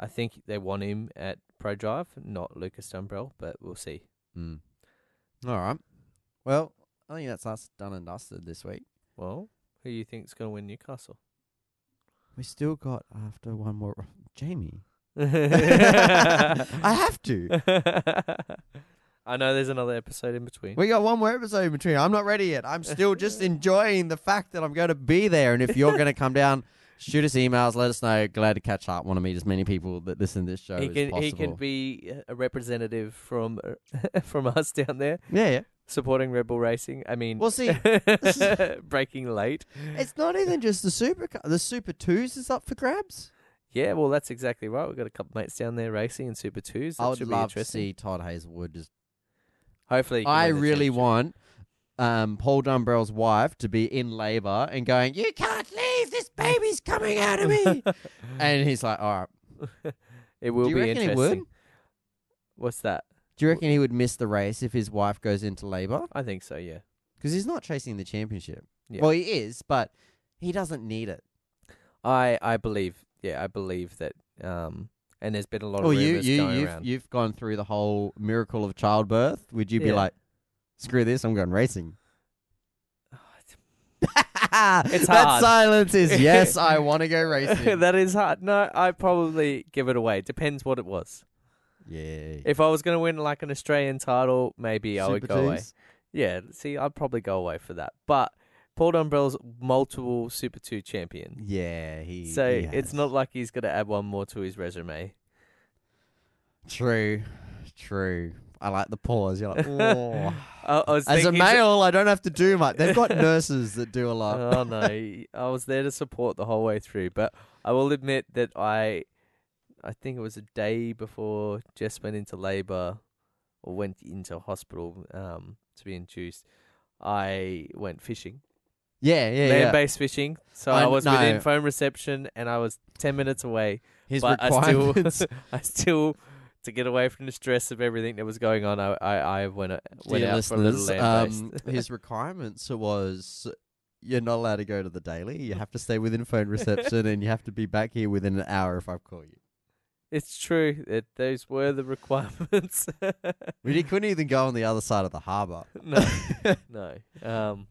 Speaker 2: I think they want him at Pro Drive, not Lucas Dumbrell, but we'll see.
Speaker 1: Mm. All right. Well, I think that's us done and dusted this week.
Speaker 2: Well, who do you think's going to win Newcastle?
Speaker 1: We still got after one more.
Speaker 2: [LAUGHS]
Speaker 1: Jamie. [LAUGHS] I
Speaker 2: I
Speaker 1: have to.
Speaker 2: [LAUGHS] I know there's another episode in between.
Speaker 1: We got one more episode in between. I'm not ready yet. I'm still
Speaker 2: [LAUGHS]
Speaker 1: just enjoying the fact that I'm going to be there. And if you're going to come down, shoot us emails. Let us know. Glad to catch up. Want to meet as many people that listen to this show
Speaker 2: he
Speaker 1: as
Speaker 2: can
Speaker 1: possible.
Speaker 2: he can be a representative from [LAUGHS] from us down there
Speaker 1: yeah, yeah.
Speaker 2: supporting Rebel Racing. I mean,
Speaker 1: Well, see,
Speaker 2: [LAUGHS] breaking late.
Speaker 1: It's not even just the super. The super twos is up for grabs.
Speaker 2: Yeah, well, that's exactly right. We've got a couple mates down there racing in Super Twos. That
Speaker 1: I would
Speaker 2: should
Speaker 1: love
Speaker 2: be
Speaker 1: to
Speaker 2: interesting.
Speaker 1: see Todd Hazelwood just.
Speaker 2: Hopefully, he can
Speaker 1: I
Speaker 2: win the
Speaker 1: really
Speaker 2: championship. [LAUGHS]
Speaker 1: want um, Paul Dumbrell's wife to be in labour and going, "You can't leave. This baby's coming out of [LAUGHS] me." and he's like, "All right."
Speaker 2: It Mm. will
Speaker 1: Do you
Speaker 2: be
Speaker 1: reckon he
Speaker 2: interesting.
Speaker 1: would?
Speaker 2: What's that?
Speaker 1: Do you reckon he would miss the race if his wife goes into labour?
Speaker 2: I think so. Yeah.
Speaker 1: Because he's not chasing the championship.
Speaker 2: Yeah.
Speaker 1: Well, he is, but he doesn't need it.
Speaker 2: I I believe. Yeah, I believe that. Um, and there's been a lot of
Speaker 1: Well, you
Speaker 2: rumors
Speaker 1: you
Speaker 2: going
Speaker 1: you've,
Speaker 2: [LAUGHS] around.
Speaker 1: you've gone through the whole miracle of childbirth. Would you be
Speaker 2: Yeah.
Speaker 1: like, "Screw this! I'm going racing."
Speaker 2: [SIGHS]
Speaker 1: [LAUGHS]
Speaker 2: It's
Speaker 1: That
Speaker 2: hard.
Speaker 1: silence
Speaker 2: [LAUGHS]
Speaker 1: is yes, I want to go racing.
Speaker 2: that is hard. No, I probably give it away. Depends what it was.
Speaker 1: yeah.
Speaker 2: If I was going to win like an Australian title, maybe I would
Speaker 1: Super
Speaker 2: go away.
Speaker 1: twos?
Speaker 2: Yeah, see, I'd probably go away for that. But Paul Dumbrell's multiple Super 2 champion.
Speaker 1: Yeah, he.
Speaker 2: So
Speaker 1: he
Speaker 2: it's
Speaker 1: has.
Speaker 2: not like he's going to add one more to his resume.
Speaker 1: true. True. I like the pause. You're
Speaker 2: [LAUGHS]
Speaker 1: like, oh.
Speaker 2: I, I was
Speaker 1: as a
Speaker 2: thinking-
Speaker 1: male, I don't have to do much. They've got nurses that
Speaker 2: [LAUGHS]
Speaker 1: do a lot. [LAUGHS]
Speaker 2: Oh, no. I was there to support the whole way through. But I will admit that I. I think it was a day before Jess went into labor or went into hospital um, to be induced. I went fishing.
Speaker 1: yeah, yeah, yeah.
Speaker 2: land-based fishing. So I,
Speaker 1: I-
Speaker 2: was
Speaker 1: no.
Speaker 2: within phone reception, and I was ten minutes away.
Speaker 1: His
Speaker 2: but I
Speaker 1: requirements.
Speaker 2: still, I still, to get away from the stress of everything that was going on, I, I, I went, [LAUGHS] uh, went
Speaker 1: dear
Speaker 2: out for a little
Speaker 1: listeners,
Speaker 2: land-based. [LAUGHS]
Speaker 1: um, his requirements was you're not allowed to go to the daily. You have to stay within phone reception, and you have to be back here within an hour if I call you.
Speaker 2: it's true that those were the [LAUGHS] requirements.
Speaker 1: But he couldn't even go on the other side of the harbour.
Speaker 2: [LAUGHS] no, no. Um,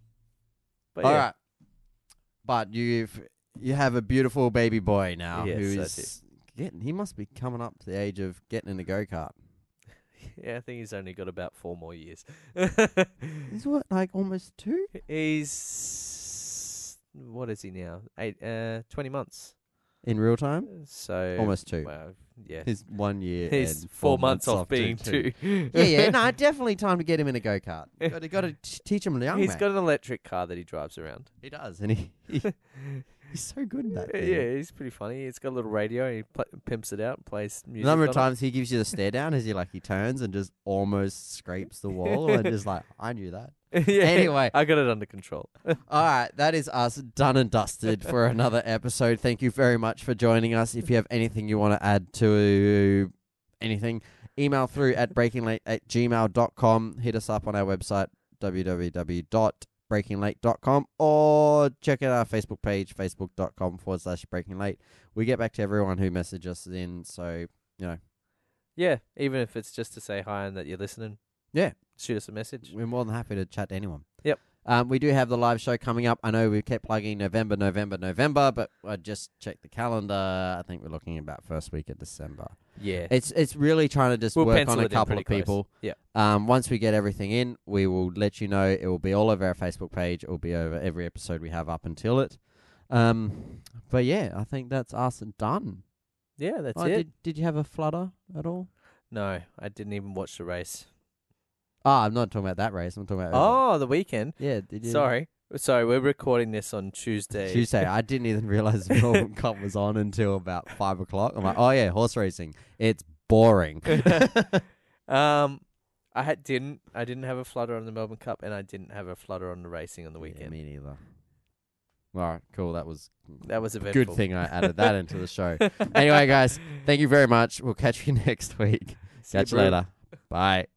Speaker 2: but
Speaker 1: All
Speaker 2: yeah,
Speaker 1: right, but you've you have a beautiful baby boy now
Speaker 2: Yes,
Speaker 1: who
Speaker 2: I
Speaker 1: is getting. He must be coming up to the age of getting in a go kart.
Speaker 2: yeah, I think he's only got about four
Speaker 1: [LAUGHS]
Speaker 2: more years.
Speaker 1: He's what like almost two.
Speaker 2: he's what is he now? Eight, uh, twenty months.
Speaker 1: in real time.
Speaker 2: So
Speaker 1: Almost two.
Speaker 2: Well, yeah.
Speaker 1: He's one year.
Speaker 2: He's
Speaker 1: and
Speaker 2: four, months, off being
Speaker 1: two.
Speaker 2: two.
Speaker 1: [LAUGHS] yeah, yeah,
Speaker 2: [LAUGHS]
Speaker 1: no, definitely time to get him in a go kart. Got to, got to teach him young.
Speaker 2: He's
Speaker 1: mate.
Speaker 2: got an electric car that he drives around.
Speaker 1: He does, and he,
Speaker 2: [LAUGHS]
Speaker 1: he he's so good in that.
Speaker 2: yeah,
Speaker 1: Thing.
Speaker 2: he's pretty funny. He's got a little radio. And he pl- pimps it out and plays
Speaker 1: The
Speaker 2: music.
Speaker 1: number of
Speaker 2: on
Speaker 1: times he gives you the stare down is he like he turns and just almost scrapes the wall and just like I knew that.
Speaker 2: it. [LAUGHS] yeah,
Speaker 1: Anyway.
Speaker 2: I got it under control.
Speaker 1: [LAUGHS] All right, that is us done and dusted for another episode. Thank you very much for joining us. If you have anything you want to add to anything, email through at breakinglate at gmail.com. Hit us up on our website, www.breakinglate.com, or check out our Facebook page, facebook.com forward slash breakinglate. We get back to everyone who messaged us in, so
Speaker 2: Yeah, even if it's just to say hi and that you're listening.
Speaker 1: Yeah.
Speaker 2: shoot us a message.
Speaker 1: We're more than happy to chat to anyone.
Speaker 2: Yep.
Speaker 1: Um, we do have the live show coming up. I know we kept plugging November, November, November, but I just checked the calendar. I think we're looking about first week of December.
Speaker 2: Yeah,
Speaker 1: It's it's really trying to just
Speaker 2: we'll
Speaker 1: work
Speaker 2: pencil
Speaker 1: on a
Speaker 2: it in
Speaker 1: couple
Speaker 2: pretty
Speaker 1: of
Speaker 2: close.
Speaker 1: people.
Speaker 2: Yeah,
Speaker 1: Um, once we get everything in, we will let you know. It will be all over our Facebook page. It will be over every episode we have up until it. Um, but yeah, I think that's us and done.
Speaker 2: yeah, that's
Speaker 1: Oh,
Speaker 2: it.
Speaker 1: Did, did you have a flutter at all?
Speaker 2: No, I didn't even watch the race.
Speaker 1: Ah, I'm not talking about that race. I'm talking about
Speaker 2: Oh, the weekend.
Speaker 1: yeah. Did you?
Speaker 2: Sorry, sorry. We're recording this on Tuesday.
Speaker 1: Tuesday. I didn't even realize the Melbourne Cup was on until about five o'clock. I'm like, oh yeah, horse racing. It's
Speaker 2: [LAUGHS]
Speaker 1: boring. [LAUGHS]
Speaker 2: um, I had didn't I didn't have a flutter on the Melbourne Cup, and I didn't have a flutter on the racing on the
Speaker 1: Yeah,
Speaker 2: weekend.
Speaker 1: me neither. All right, cool. That was
Speaker 2: that was a
Speaker 1: good thing I added that into the
Speaker 2: [LAUGHS]
Speaker 1: show. [LAUGHS] Anyway, guys, thank you very much. We'll catch you next week. catch you later. Bye.